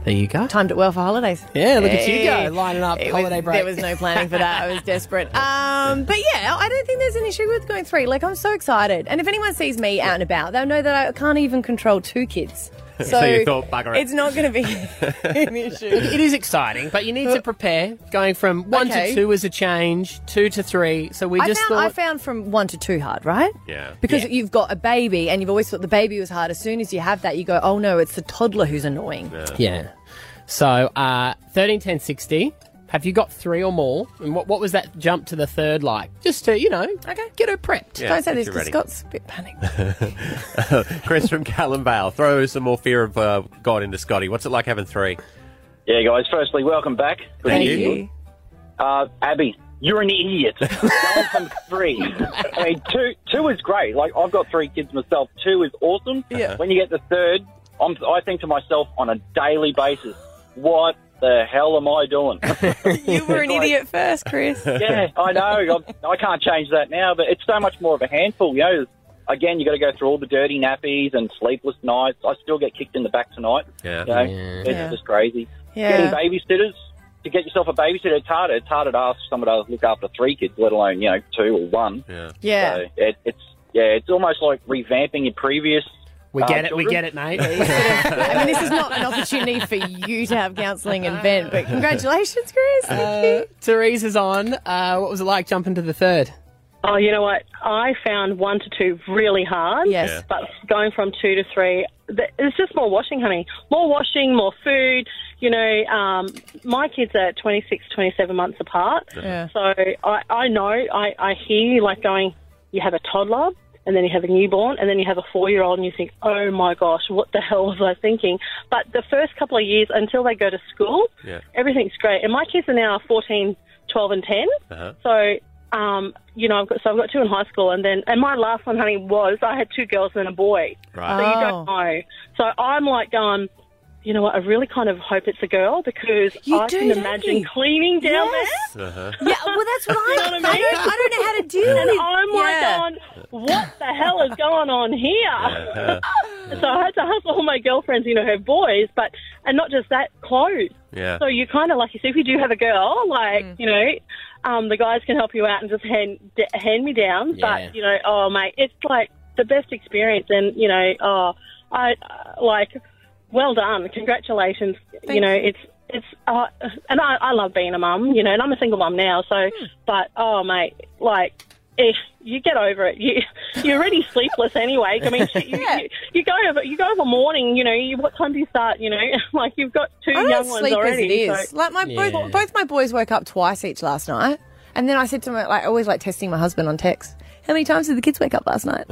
Speaker 3: There you go.
Speaker 4: Timed it well for holidays.
Speaker 3: Yeah, look at you
Speaker 4: Hey.
Speaker 3: go, lining up
Speaker 4: It
Speaker 3: holiday
Speaker 4: was,
Speaker 3: break.
Speaker 4: There was no planning for that. I was desperate. Um, but yeah, I don't think there's an issue with going three. Like I'm so excited, and if anyone sees me out and about, they'll know that I can't even control two kids. So,
Speaker 3: So you thought, bugger it.
Speaker 4: It's not going to be an issue.
Speaker 3: It is exciting, but you need to prepare. Going from one
Speaker 4: Okay.
Speaker 3: to two is a change, two to three. So we
Speaker 4: I
Speaker 3: just
Speaker 4: found, I
Speaker 3: thought.
Speaker 4: found from one to two hard, right?
Speaker 5: Yeah.
Speaker 4: Because you've got a baby, and you've always thought the baby was hard. As soon as you have that, you go, "Oh no, it's the toddler who's annoying."
Speaker 3: Yeah. So uh, 13, 10, 60. Have you got three or more? And what, what was that jump to the third like? Just to, you know, okay. get her prepped.
Speaker 5: Yeah,
Speaker 4: Don't say
Speaker 5: get
Speaker 4: this
Speaker 5: you
Speaker 4: because
Speaker 5: ready.
Speaker 4: Scott's a bit panicked.
Speaker 5: Chris from Callum Vale, throw some more fear of uh, God into Scotty. What's it like having three?
Speaker 23: Yeah, guys. Firstly, welcome back. Good
Speaker 5: Thank
Speaker 23: to see
Speaker 5: you.
Speaker 23: Uh, Abby, you're an idiot. Going from three. I mean, two two is great. Like I've got three kids myself. Two is awesome.
Speaker 2: Yeah.
Speaker 23: When you get the third, I'm, I think to myself on a daily basis, what the hell am I doing?
Speaker 4: you were an idiot first, Chris.
Speaker 23: yeah, I know. I'm, I can't change that now, but it's so much more of a handful. You know, again, you got to go through all the dirty nappies and sleepless nights. I still get kicked in the back tonight.
Speaker 5: Yeah.
Speaker 23: You know, it's
Speaker 4: Yeah.
Speaker 23: just crazy.
Speaker 4: Yeah.
Speaker 23: Getting babysitters to get yourself a babysitter, it's harder. It's harder to ask someone to look after three kids, let alone you know two or one.
Speaker 5: Yeah.
Speaker 4: Yeah.
Speaker 23: So it, it's yeah, it's almost like revamping your previous.
Speaker 3: We
Speaker 23: uh,
Speaker 3: get it, we get
Speaker 23: children.
Speaker 3: it, mate.
Speaker 4: I mean, this is not an opportunity for you to have counselling and vent, but congratulations, Chris. Thank you.
Speaker 3: Uh, Therese is on. Uh, what was it like jumping to the third?
Speaker 2: Oh, you know what? I found one to two really hard.
Speaker 4: Yes. Yeah.
Speaker 2: But going from two to three, th- it's just more washing, honey. More washing, more food. You know, um, my kids are 26, 27 months apart.
Speaker 4: Yeah.
Speaker 2: So I, I know, I, I hear you like going, you have a toddler and then you have a newborn and then you have a four year old and you think, oh my gosh, what the hell was I thinking? But the first couple of years until they go to school,
Speaker 5: Yeah.
Speaker 2: everything's great. And my kids are now 14, 12, and 10.
Speaker 5: Uh-huh.
Speaker 2: So, um, you know, I've got so I've got two in high school, and then and my last one, honey, was I had two girls and a boy.
Speaker 5: Right.
Speaker 2: So you don't
Speaker 4: Oh.
Speaker 2: know. So I'm like going, you know what? I really kind of hope it's a girl because
Speaker 4: You
Speaker 2: I
Speaker 4: do,
Speaker 2: can
Speaker 4: don't
Speaker 2: imagine
Speaker 4: you?
Speaker 2: cleaning down there.
Speaker 5: Uh-huh.
Speaker 4: Yeah, well, that's what I,
Speaker 2: You know what I mean?
Speaker 4: I, don't, I don't know how to deal
Speaker 2: And
Speaker 4: with
Speaker 2: I'm like
Speaker 4: yeah.
Speaker 2: going, what the hell is going on here?
Speaker 5: Uh-huh.
Speaker 2: So I had to hustle all my girlfriends, you know, her boys, but and not just that, clothes.
Speaker 5: Yeah.
Speaker 2: So you kind of like you see if you do have a girl, like
Speaker 4: Mm.
Speaker 2: you know, um, the guys can help you out and just hand d- hand me downs.
Speaker 5: Yeah.
Speaker 2: But you know, oh mate, it's like the best experience, and you know, oh, I uh, like, well done, congratulations. You
Speaker 4: Thank
Speaker 2: know,
Speaker 4: you.
Speaker 2: it's it's uh, and I, I love being a mum, you know, and I'm a single mum now. So,
Speaker 4: Hmm.
Speaker 2: but oh mate, like. If you get over it, you you're already sleepless anyway. I mean, shit, you, you, you go over you go over morning. You know, you, what time do you start? You know, like you've got two
Speaker 4: I don't
Speaker 2: young ones
Speaker 4: sleep
Speaker 2: already.
Speaker 4: as it is.
Speaker 2: so-
Speaker 4: Like my both, both my boys woke up twice each last night, and then I said to my like I always like testing my husband on text. How many times did the kids wake up last night?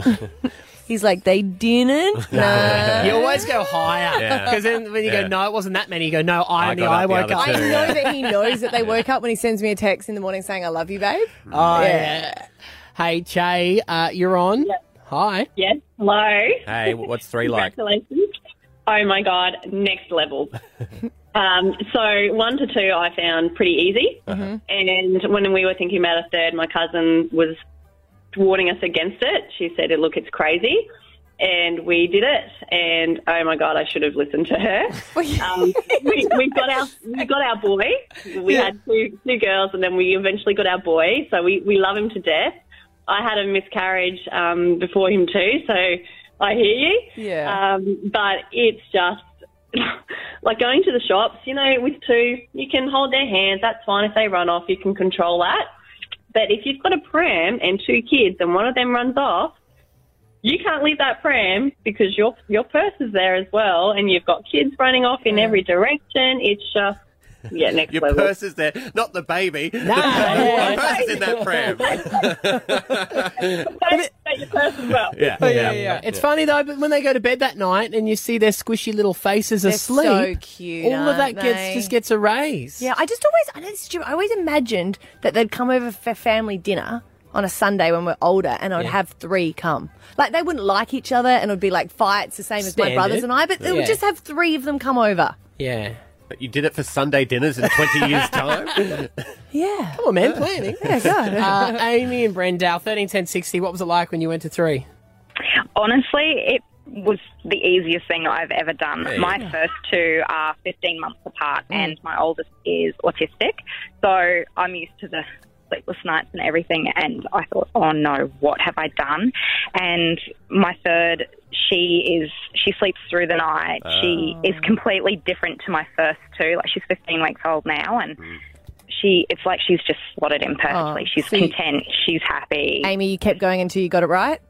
Speaker 4: He's like, they didn't. No.
Speaker 3: You always go higher
Speaker 4: Yeah.
Speaker 3: because then when you
Speaker 4: Yeah.
Speaker 3: go, no, it wasn't that many. You go, no, I,
Speaker 5: I
Speaker 3: only
Speaker 5: got
Speaker 3: I
Speaker 5: up the
Speaker 3: woke
Speaker 5: other
Speaker 3: up.
Speaker 5: two.
Speaker 4: I know that he knows that they woke up when he sends me a text in the morning saying, I love you, babe.
Speaker 3: Oh, yeah. Hey, Che, uh, you're on. Hi.
Speaker 7: Yes. Hello.
Speaker 5: Hey, wh- what's three like?
Speaker 7: Congratulations. Oh my God, next level. um, so, one to two I found pretty easy.
Speaker 3: Uh-huh.
Speaker 4: Mm-hmm.
Speaker 7: And when we were thinking about a third, my cousin was warning us against it. She said, Look, it's crazy. And we did it. And oh my God, I should have listened to her. um, we, we, got our, we got our boy. We
Speaker 9: Yeah.
Speaker 7: had two, two girls, and then we eventually got our boy. So, we, we love him to death. I had a miscarriage um, before him, too. So, I hear you.
Speaker 4: Yeah.
Speaker 7: Um, but it's just like going to the shops, you know, with two, you can hold their hands. That's fine. If they run off, you can control that. But if you've got a pram and two kids and one of them runs off, you can't leave that pram because your your purse is there as well, and you've got kids running off in every direction. It's just yeah, next
Speaker 5: Your
Speaker 7: level.
Speaker 5: purse is there, not the baby. The, the purse is in that pram. Yeah,
Speaker 3: Oh,
Speaker 5: yeah,
Speaker 3: yeah, yeah,
Speaker 5: yeah.
Speaker 3: It's
Speaker 5: Yeah.
Speaker 3: funny though, but when they go to bed that night and you see their squishy little faces
Speaker 4: They're
Speaker 3: asleep,
Speaker 4: so cute,
Speaker 3: all of that
Speaker 4: aren't
Speaker 3: gets
Speaker 4: they?
Speaker 3: just gets erased.
Speaker 4: Yeah, I just always, I know this is stupid. I always imagined that they'd come over for family dinner on a Sunday when we're older and I'd
Speaker 3: Yeah.
Speaker 4: have three come. Like they wouldn't like each other and it'd be like fights the same as my
Speaker 5: Standard.
Speaker 4: brothers and I, but they
Speaker 5: Yeah.
Speaker 4: would just have three of them come over.
Speaker 3: Yeah.
Speaker 5: But you did it for Sunday dinners in 20 years' time?
Speaker 4: Yeah.
Speaker 3: Come on, man, planning.
Speaker 4: Yeah, God.
Speaker 3: uh, Amy and Brendale, thirteen ten sixty. What was it like when you went to three?
Speaker 9: Honestly, it was the easiest thing I've ever done. My first two are 15 months apart, and my oldest is autistic. So I'm used to the sleepless nights and everything. And I thought, oh no, what have I done? And my third, she is, she sleeps through the night. She is completely different to my first two. Like she's 15 weeks old now, and she, it's like she's just slotted in perfectly. she's
Speaker 4: so you-
Speaker 9: content. She's happy.
Speaker 4: Oh, Amy, you kept going until you got it right?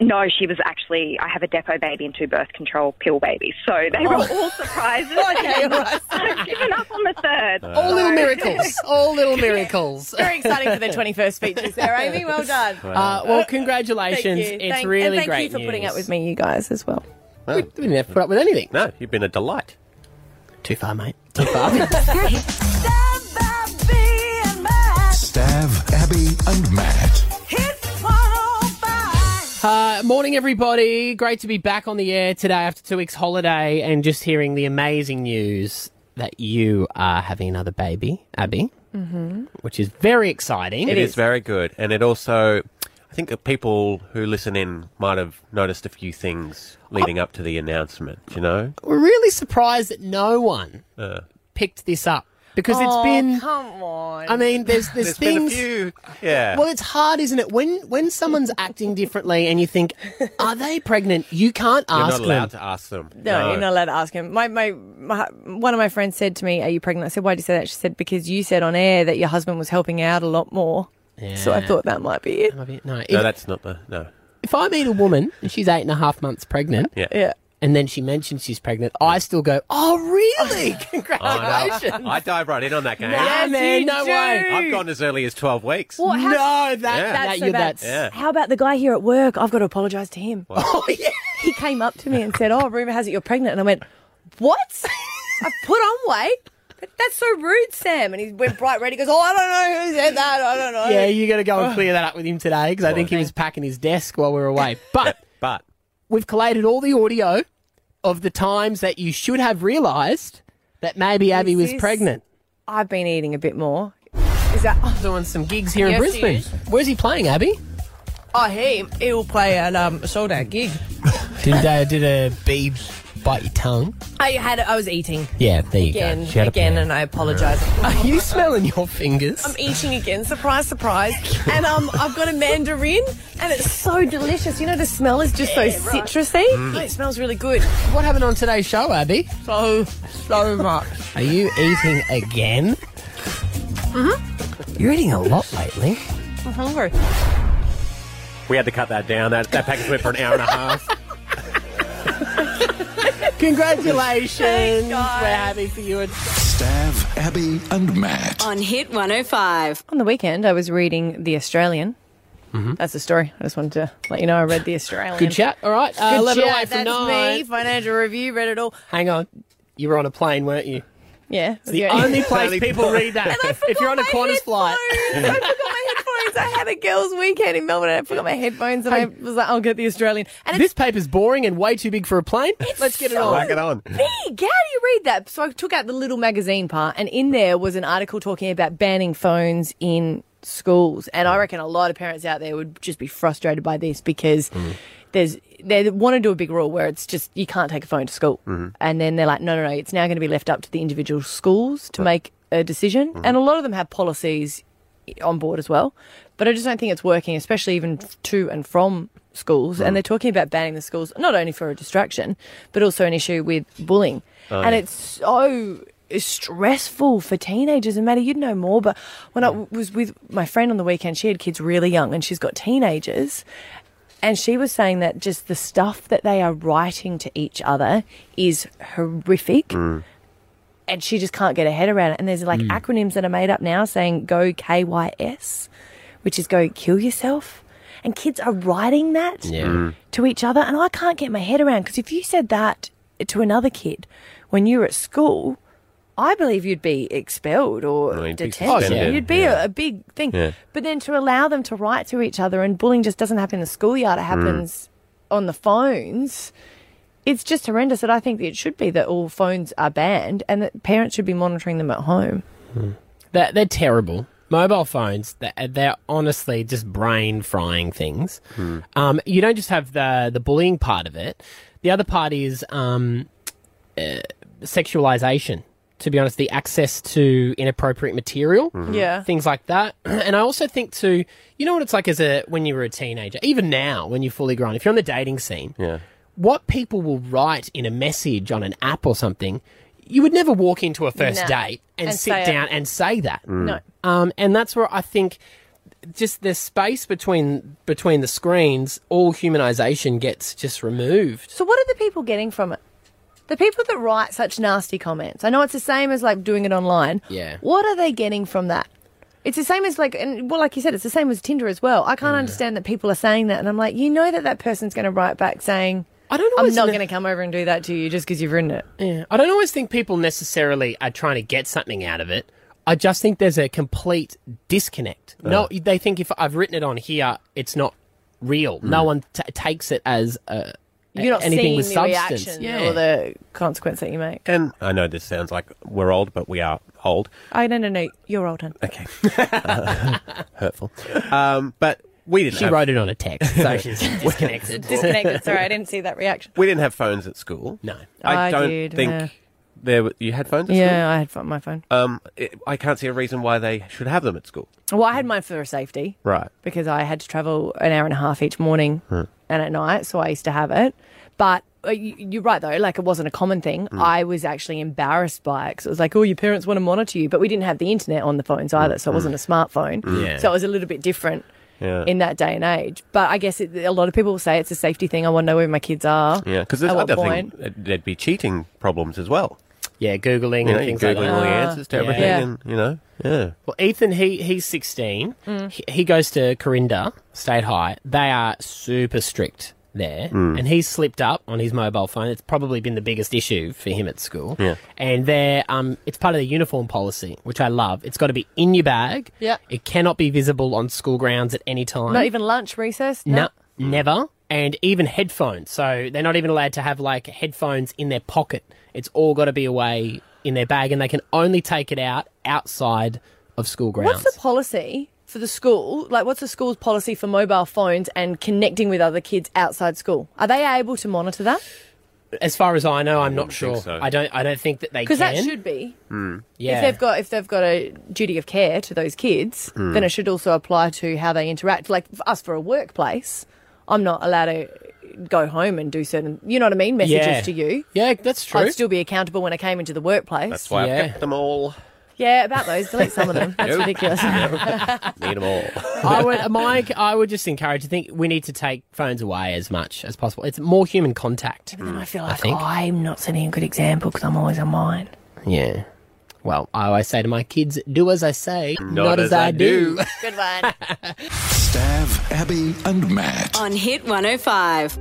Speaker 9: No, she was actually. I have a depot baby and two birth control pill babies, so they were
Speaker 4: Oh.
Speaker 9: all surprises.
Speaker 4: Okay, all right.
Speaker 9: I've given up on the third.
Speaker 3: All little miracles. All little miracles.
Speaker 4: Very exciting for their 21st features there, Amy. Well done.
Speaker 3: Uh, well, congratulations.
Speaker 4: Thank you.
Speaker 3: It's
Speaker 4: Thank-
Speaker 3: really
Speaker 4: and thank
Speaker 3: great
Speaker 4: you for putting
Speaker 3: news.
Speaker 4: up with me, you guys, as well.
Speaker 5: We,
Speaker 3: didn't have to put up with anything.
Speaker 5: No, you've been a delight.
Speaker 3: Too far, mate.
Speaker 5: Too far.
Speaker 16: Stav, Abby, and Matt.
Speaker 4: oh
Speaker 3: Uh, morning, everybody. Great to be back on the air today after two weeks' holiday and just hearing the amazing news that you are having another baby, Abby,
Speaker 4: Mm-hmm.
Speaker 5: Mhm.
Speaker 3: which is very exciting.
Speaker 5: it is. very good. And it also, I think that people who listen in might have noticed a few things leading up to the announcement, you know?
Speaker 3: We're really surprised that no one
Speaker 5: Uh,
Speaker 3: picked this up because
Speaker 4: Oh,
Speaker 3: it's been.
Speaker 4: Come on.
Speaker 3: I mean, there's there's,
Speaker 5: There's been a
Speaker 3: things.
Speaker 5: few, yeah.
Speaker 3: Well, it's hard, isn't it? When when someone's acting differently and you think, are they pregnant? You can't
Speaker 5: you're
Speaker 3: ask
Speaker 5: not allowed
Speaker 3: them.
Speaker 5: to ask them.
Speaker 4: No, you're not allowed to ask him. My, my, my, one of my friends said to me, "Are you pregnant?" I said, "Why did you say that?" She said, "Because you said on air that your husband was helping out a lot more." So I
Speaker 3: Yeah.
Speaker 4: thought that might be it.
Speaker 3: No, if,
Speaker 5: No, that's not the. No.
Speaker 3: if I meet a woman and she's eight and a half months pregnant,
Speaker 5: Yeah.
Speaker 3: and then she mentions she's pregnant, I still go, oh really?
Speaker 5: I,
Speaker 3: Congratulations.
Speaker 5: know. I dive right in on that game.
Speaker 3: Nah, Yes, man, you no do. way.
Speaker 5: I've gone as early as 12 weeks.
Speaker 4: Well, how-
Speaker 3: No, that-
Speaker 5: Yeah.
Speaker 4: that's, so
Speaker 5: Yeah.
Speaker 4: bad.
Speaker 5: Yeah.
Speaker 4: How about the guy here at work? I've got to apologise to him.
Speaker 3: Oh yeah,
Speaker 4: he came up to me and said, "Oh, rumor has it you're pregnant," and I went, "What? I put on weight." But That's so rude, Sam. And he went bright red. He goes, "Oh, I don't know who said that. I don't know."
Speaker 3: yeah, you got to go
Speaker 5: Oh."
Speaker 3: and clear that up with him today because I think he was packing his desk while we were away. But
Speaker 5: but
Speaker 3: we've collated all the audio of the times that you should have realised that maybe Abby was
Speaker 4: this-
Speaker 3: pregnant.
Speaker 4: I've been eating a bit more. Is that
Speaker 3: doing some gigs here in Brisbane? Where's he playing, Abby?
Speaker 11: Oh, he he'll play at um, a sold out gig.
Speaker 3: Did uh, did a bee bite your tongue?
Speaker 11: I had I was eating
Speaker 3: Yeah, there you
Speaker 11: Again,
Speaker 3: go. She had a
Speaker 11: again,
Speaker 3: plan.
Speaker 11: and I apologise.
Speaker 3: Are you smelling your fingers?
Speaker 4: I'm eating again. Surprise, surprise. And um, I've got a mandarin, and it's so delicious. You know, the smell is just so citrusy.
Speaker 3: Mm.
Speaker 4: Oh, it smells really good.
Speaker 3: What happened on today's show, Abby?
Speaker 11: So, so much.
Speaker 3: Are you eating again?
Speaker 11: Mm-hmm.
Speaker 3: You're eating a lot lately.
Speaker 11: I'm
Speaker 4: Uh-huh.
Speaker 11: hungry.
Speaker 5: We had to cut that down. That, that package went for an hour and a half.
Speaker 3: Congratulations. We're happy for you.
Speaker 16: Stav, Abby, and Matt.
Speaker 4: On Hit 105. On the weekend, I was reading The Australian. That's the story. I just wanted to let you know I read the Australian.
Speaker 3: Mm-hmm. Good chat. All right. Uh,
Speaker 4: Good
Speaker 3: 11
Speaker 4: chat.
Speaker 3: away from
Speaker 4: That's
Speaker 3: nine.
Speaker 4: me. Financial review. Read it all.
Speaker 3: Hang on. You were on a plane, weren't you?
Speaker 4: Yeah.
Speaker 3: It's the only place people read that.
Speaker 4: And I
Speaker 3: if you're on a Qantas flight.
Speaker 4: forgot- I had a girls' weekend in Melbourne and I forgot my headphones and I was like, I'll get the Australian. And
Speaker 3: this paper's boring and way too big for a plane. Let's get it
Speaker 4: so
Speaker 3: on.
Speaker 4: Whack it
Speaker 5: on.
Speaker 4: Big. How do you read that? So I took out the little magazine part, and in there was an article talking about banning phones in schools. And I reckon a lot of parents out there would just be frustrated by this because
Speaker 3: Mm.
Speaker 4: there's they want to do a big rule where it's just you can't take a phone to school. And then they're like, no, no, no, it's now going to be left up to the individual schools to make a decision. And a lot of them have policies on board as well. But I just don't think it's working, especially even f- to and from schools. And they're talking about banning the schools, not only for a distraction, but also an issue with bullying.
Speaker 12: Oh,
Speaker 4: and
Speaker 12: yeah.
Speaker 4: it's so stressful for teenagers. And Maddie, you'd know more, but when I w- was with my friend on the weekend, she had kids really young and she's got teenagers. And she was saying that just the stuff that they are writing to each other is horrific and she just can't get her head around it. And there's like
Speaker 12: Mm.
Speaker 4: acronyms that are made up now saying go KYS, which is go kill yourself. And kids are writing that
Speaker 12: Yeah. Mm.
Speaker 4: to each other. And I can't get my head around because if you said that to another kid when you were at school, I believe you'd be expelled or
Speaker 12: you'd be
Speaker 4: detention.
Speaker 12: suspended.
Speaker 4: You'd be
Speaker 12: Yeah.
Speaker 4: a, a big thing.
Speaker 12: Yeah.
Speaker 4: But then to allow them to write to each other and bullying just doesn't happen in the schoolyard, it
Speaker 12: Mm.
Speaker 4: happens on the phones it's just horrendous that I think that it should be that all phones are banned and that parents should be monitoring them at home.
Speaker 3: They're, they're terrible. Mobile phones, they're, they're honestly just brain frying things. Um, you don't just have the, the bullying part of it, the other part is um, uh, sexualization. To be honest, the access to inappropriate material,
Speaker 4: Yeah.
Speaker 3: things like that. And I also think too, you know what it's like as a when you were a teenager, even now when you're fully grown, if you're on the dating scene,
Speaker 5: Yeah.
Speaker 3: what people will write in a message on an app or something, you would never walk into a first
Speaker 5: No.
Speaker 3: date and,
Speaker 5: And say
Speaker 3: sit
Speaker 5: it.
Speaker 3: down and say that.
Speaker 5: Mm. No.
Speaker 3: Um, and that's where I think just the space between between the screens, all humanization gets just removed.
Speaker 4: So, what are the people getting from it? The people that write such nasty comments. I know it's the same as like doing it online.
Speaker 3: Yeah.
Speaker 4: What are they getting from that? It's the same as like, and well, like you said, it's the same as Tinder as well. I can't understand that people are saying that, and I'm like, you know that that person's going to write back saying,
Speaker 3: I don't.
Speaker 4: I'm
Speaker 3: always
Speaker 4: not
Speaker 3: know-
Speaker 4: going to come over and do that to you just because you've written it.
Speaker 3: Yeah. I don't always think people necessarily are trying to get something out of it. I just think there's a complete disconnect.
Speaker 4: Uh.
Speaker 3: No, they think if I've written it on here, it's not real. No one t- takes it as uh,
Speaker 4: You're not
Speaker 3: anything
Speaker 4: seeing
Speaker 3: with
Speaker 4: the
Speaker 3: substance.
Speaker 4: reaction
Speaker 3: yeah.
Speaker 4: or the consequence that you make.
Speaker 5: And I know this sounds like we're old, but we are old.
Speaker 4: I no no no, you're old, hun.
Speaker 5: Okay. Hurtful. Um, but we didn't.
Speaker 3: She
Speaker 5: have-
Speaker 3: wrote it on a text, so she's disconnected.
Speaker 4: Disconnected. Sorry, I didn't see that reaction.
Speaker 5: We didn't have phones at school.
Speaker 3: No,
Speaker 5: I
Speaker 4: I
Speaker 5: don't
Speaker 4: did,
Speaker 5: think
Speaker 4: yeah.
Speaker 5: there. Were, you had phones. At
Speaker 4: Yeah, I had pho- my phone.
Speaker 5: School? Um, it, I can't see a reason why they should have them at school.
Speaker 4: Well, I had mine for safety
Speaker 5: Right.
Speaker 4: because I had to travel an hour and a half each morning
Speaker 5: Hmm.
Speaker 4: and at night, so I used to have it. But uh, you- you're right though, like it wasn't a common thing. I was actually embarrassed by it 'cause it was like, oh, your parents want to monitor you, but we didn't have the internet on the phones either, so it wasn't a smartphone.
Speaker 12: Mm. Yeah.
Speaker 4: So it was a little bit different.
Speaker 5: Yeah.
Speaker 4: In that day and age, but I guess it, a lot of people will say it's a safety thing. I want to know where my kids are.
Speaker 5: Yeah, because
Speaker 4: at
Speaker 5: there's
Speaker 4: what
Speaker 5: other
Speaker 4: point.
Speaker 5: thing. There'd be cheating problems as well.
Speaker 3: Yeah, googling
Speaker 5: You
Speaker 3: and
Speaker 5: know,
Speaker 3: things
Speaker 5: googling
Speaker 3: like that.
Speaker 5: all the answers to
Speaker 3: Ah,
Speaker 5: everything,
Speaker 3: yeah.
Speaker 5: and you know, yeah.
Speaker 3: Well, Ethan, he he's 16. He, he goes to Corinda State High. They are super strict there,
Speaker 5: Mm.
Speaker 3: and he's slipped up on his mobile phone. It's probably been the biggest issue for him at school.
Speaker 5: Yeah.
Speaker 3: And they're um, it's part of the uniform policy, which I love. It's got to be in your bag.
Speaker 4: Yep.
Speaker 3: It cannot be visible on school grounds at any time.
Speaker 4: Not even lunch, recess.
Speaker 3: No, never. And even headphones. So they're not even allowed to have like headphones in their pocket. It's all got to be away in their bag, and they can only take it out outside of school grounds.
Speaker 4: What's the policy for the school? Like, what's the school's policy for mobile phones and connecting with other kids outside school? Are they able to monitor that?
Speaker 3: as far as I know, I'm not sure.
Speaker 5: so.
Speaker 3: I don't. I don't think that they
Speaker 4: Because that
Speaker 3: can.
Speaker 4: should be.
Speaker 3: Hmm.
Speaker 4: If
Speaker 3: Yeah.
Speaker 4: they've got if they've got a duty of care to those kids,
Speaker 3: Hmm.
Speaker 4: then it should also apply to how they interact. Like for us for a workplace, I'm not allowed to go home and do certain. You know what I mean? Messages
Speaker 5: Yeah.
Speaker 4: to you.
Speaker 3: Yeah, that's
Speaker 5: true.
Speaker 4: I'd still be accountable when I came into the workplace.
Speaker 5: That's why I've kept them all.
Speaker 4: Yeah, about those. Delete some of them. That's
Speaker 5: Yep.
Speaker 4: ridiculous.
Speaker 5: Yep. Need them all.
Speaker 3: I would, Mike. I would just encourage. I think we need to take phones away as much as possible. It's more human contact.
Speaker 4: I feel
Speaker 3: I
Speaker 4: like
Speaker 3: think.
Speaker 4: I'm not setting a good example because I'm always on mine.
Speaker 3: Yeah. Well, I always say to my kids, do as I say, not, as, I, do.
Speaker 1: Good one.
Speaker 16: Stav, Abby, and Matt.
Speaker 1: On Hit 105.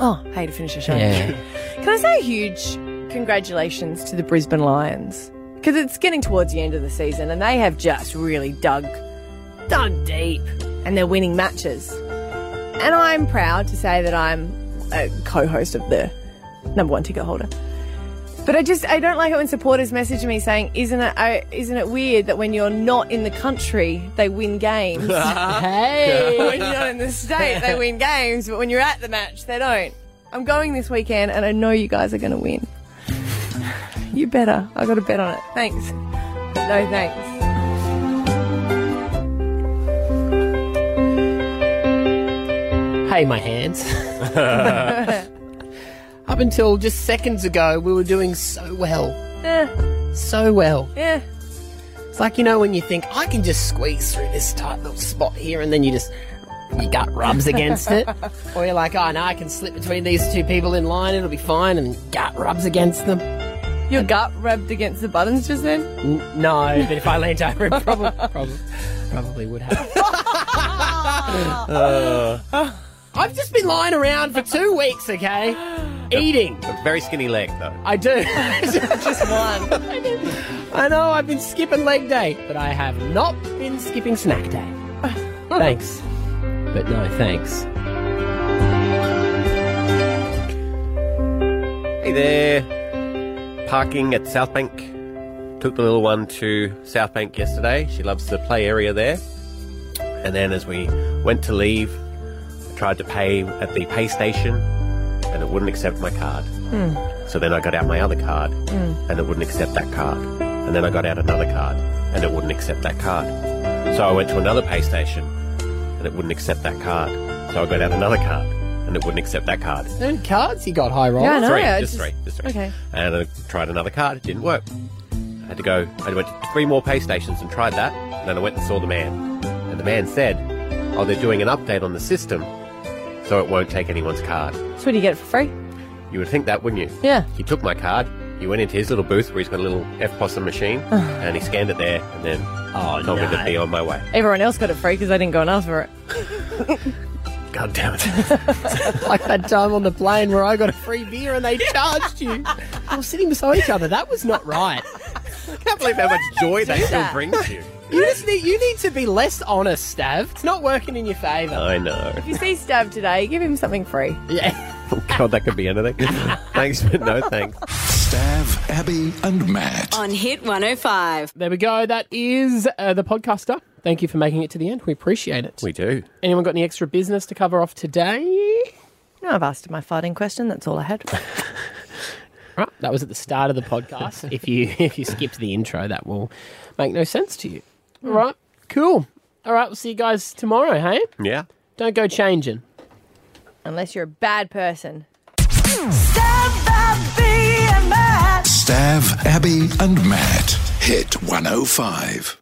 Speaker 4: Oh, hey, to finish the show.
Speaker 3: Yeah.
Speaker 4: Can I say a huge congratulations to the Brisbane Lions? Because it's getting towards the end of the season and they have just really dug, dug deep and they're winning matches. And I'm proud to say that I'm a co host of the number one ticket holder. But I just I don't like it when supporters message me saying, "Isn't it oh, isn't it weird that when you're not in the country they win games? hey, when you're not in the state they win games, but when you're at the match they don't." I'm going this weekend, and I know you guys are going to win. you better. I got a bet on it. Thanks. No thanks.
Speaker 3: Hey, my hands. Up until just seconds ago, we were doing so well. So well.
Speaker 4: Yeah.
Speaker 3: It's like, you know, when you think, I can just squeeze through this tight little spot here, and then you just, your gut rubs against it. or you're like, oh, no, I can slip between these two people in line, it'll be fine, and gut rubs against them.
Speaker 4: Your gut rubbed against the buttons just then.
Speaker 3: N- no, but if I leaned over, it probably, probably, probably would have.
Speaker 5: Uh,
Speaker 3: I've just been lying around for two weeks, okay? Eating.
Speaker 5: A very skinny leg, though.
Speaker 3: I do. Just
Speaker 4: one.
Speaker 3: I know I've been skipping leg day, but I have not been skipping snack day. Thanks. But no, thanks.
Speaker 5: Hey there. Parking at South Bank. Took the little one to South Bank yesterday. She loves the play area there. And then as we went to leave, I tried to pay at the pay station and it wouldn't accept my card.
Speaker 12: Hmm.
Speaker 5: So then I got out my other card and it wouldn't accept that card. And then I got out another card and it wouldn't accept that card. So I went to another pay station and it wouldn't accept that card. So I got out another card and it wouldn't accept that card.
Speaker 3: And cards, you got high rolls.
Speaker 5: Yeah, I know, Three, I just just- three, just three.
Speaker 3: Okay.
Speaker 5: And I tried another card, it didn't work. I had to go, I went to three more pay stations and tried that. And then I went and saw the man. And the man said, Oh, they're doing an update on the system, so it won't take anyone's card.
Speaker 4: So what do you get for free?
Speaker 5: You would think that, wouldn't you?
Speaker 4: Yeah.
Speaker 5: He took my card. He went into his little booth where he's got a little F possum machine, and he scanned it there, and then oh, told me to
Speaker 4: no.
Speaker 5: be on my way.
Speaker 4: Everyone else got it free because they didn't go and ask for it.
Speaker 5: God damn it.
Speaker 3: like that time on the plane where I got a free beer and they charged you. I was sitting beside each other. That was not right. I
Speaker 5: can't believe how much joy
Speaker 3: they
Speaker 5: that still brings you.
Speaker 3: You just need you need to be less honest, Stav. It's not working in your favour.
Speaker 5: I know.
Speaker 4: If you see Stav today, give him something free.
Speaker 3: Yeah.
Speaker 5: Oh, God, that could be anything. thanks, but no thanks.
Speaker 16: Stav, Abby, and Matt.
Speaker 3: On Hit 105. There we go. That is uh, the podcaster. Thank you for making it to the end. We appreciate it.
Speaker 5: We do.
Speaker 3: Anyone got any extra business to cover off today?
Speaker 4: No, I've asked my farting question. That's all I had.
Speaker 3: Right. That was at the start of the podcast. if you if you skipped the intro, that will make no sense to you. All right. Cool. All right. We'll see you guys tomorrow. Hey.
Speaker 5: Yeah.
Speaker 3: Don't go changing.
Speaker 4: Unless you're a bad person.
Speaker 16: oh Stav, Abby, and Matt. Hit 105.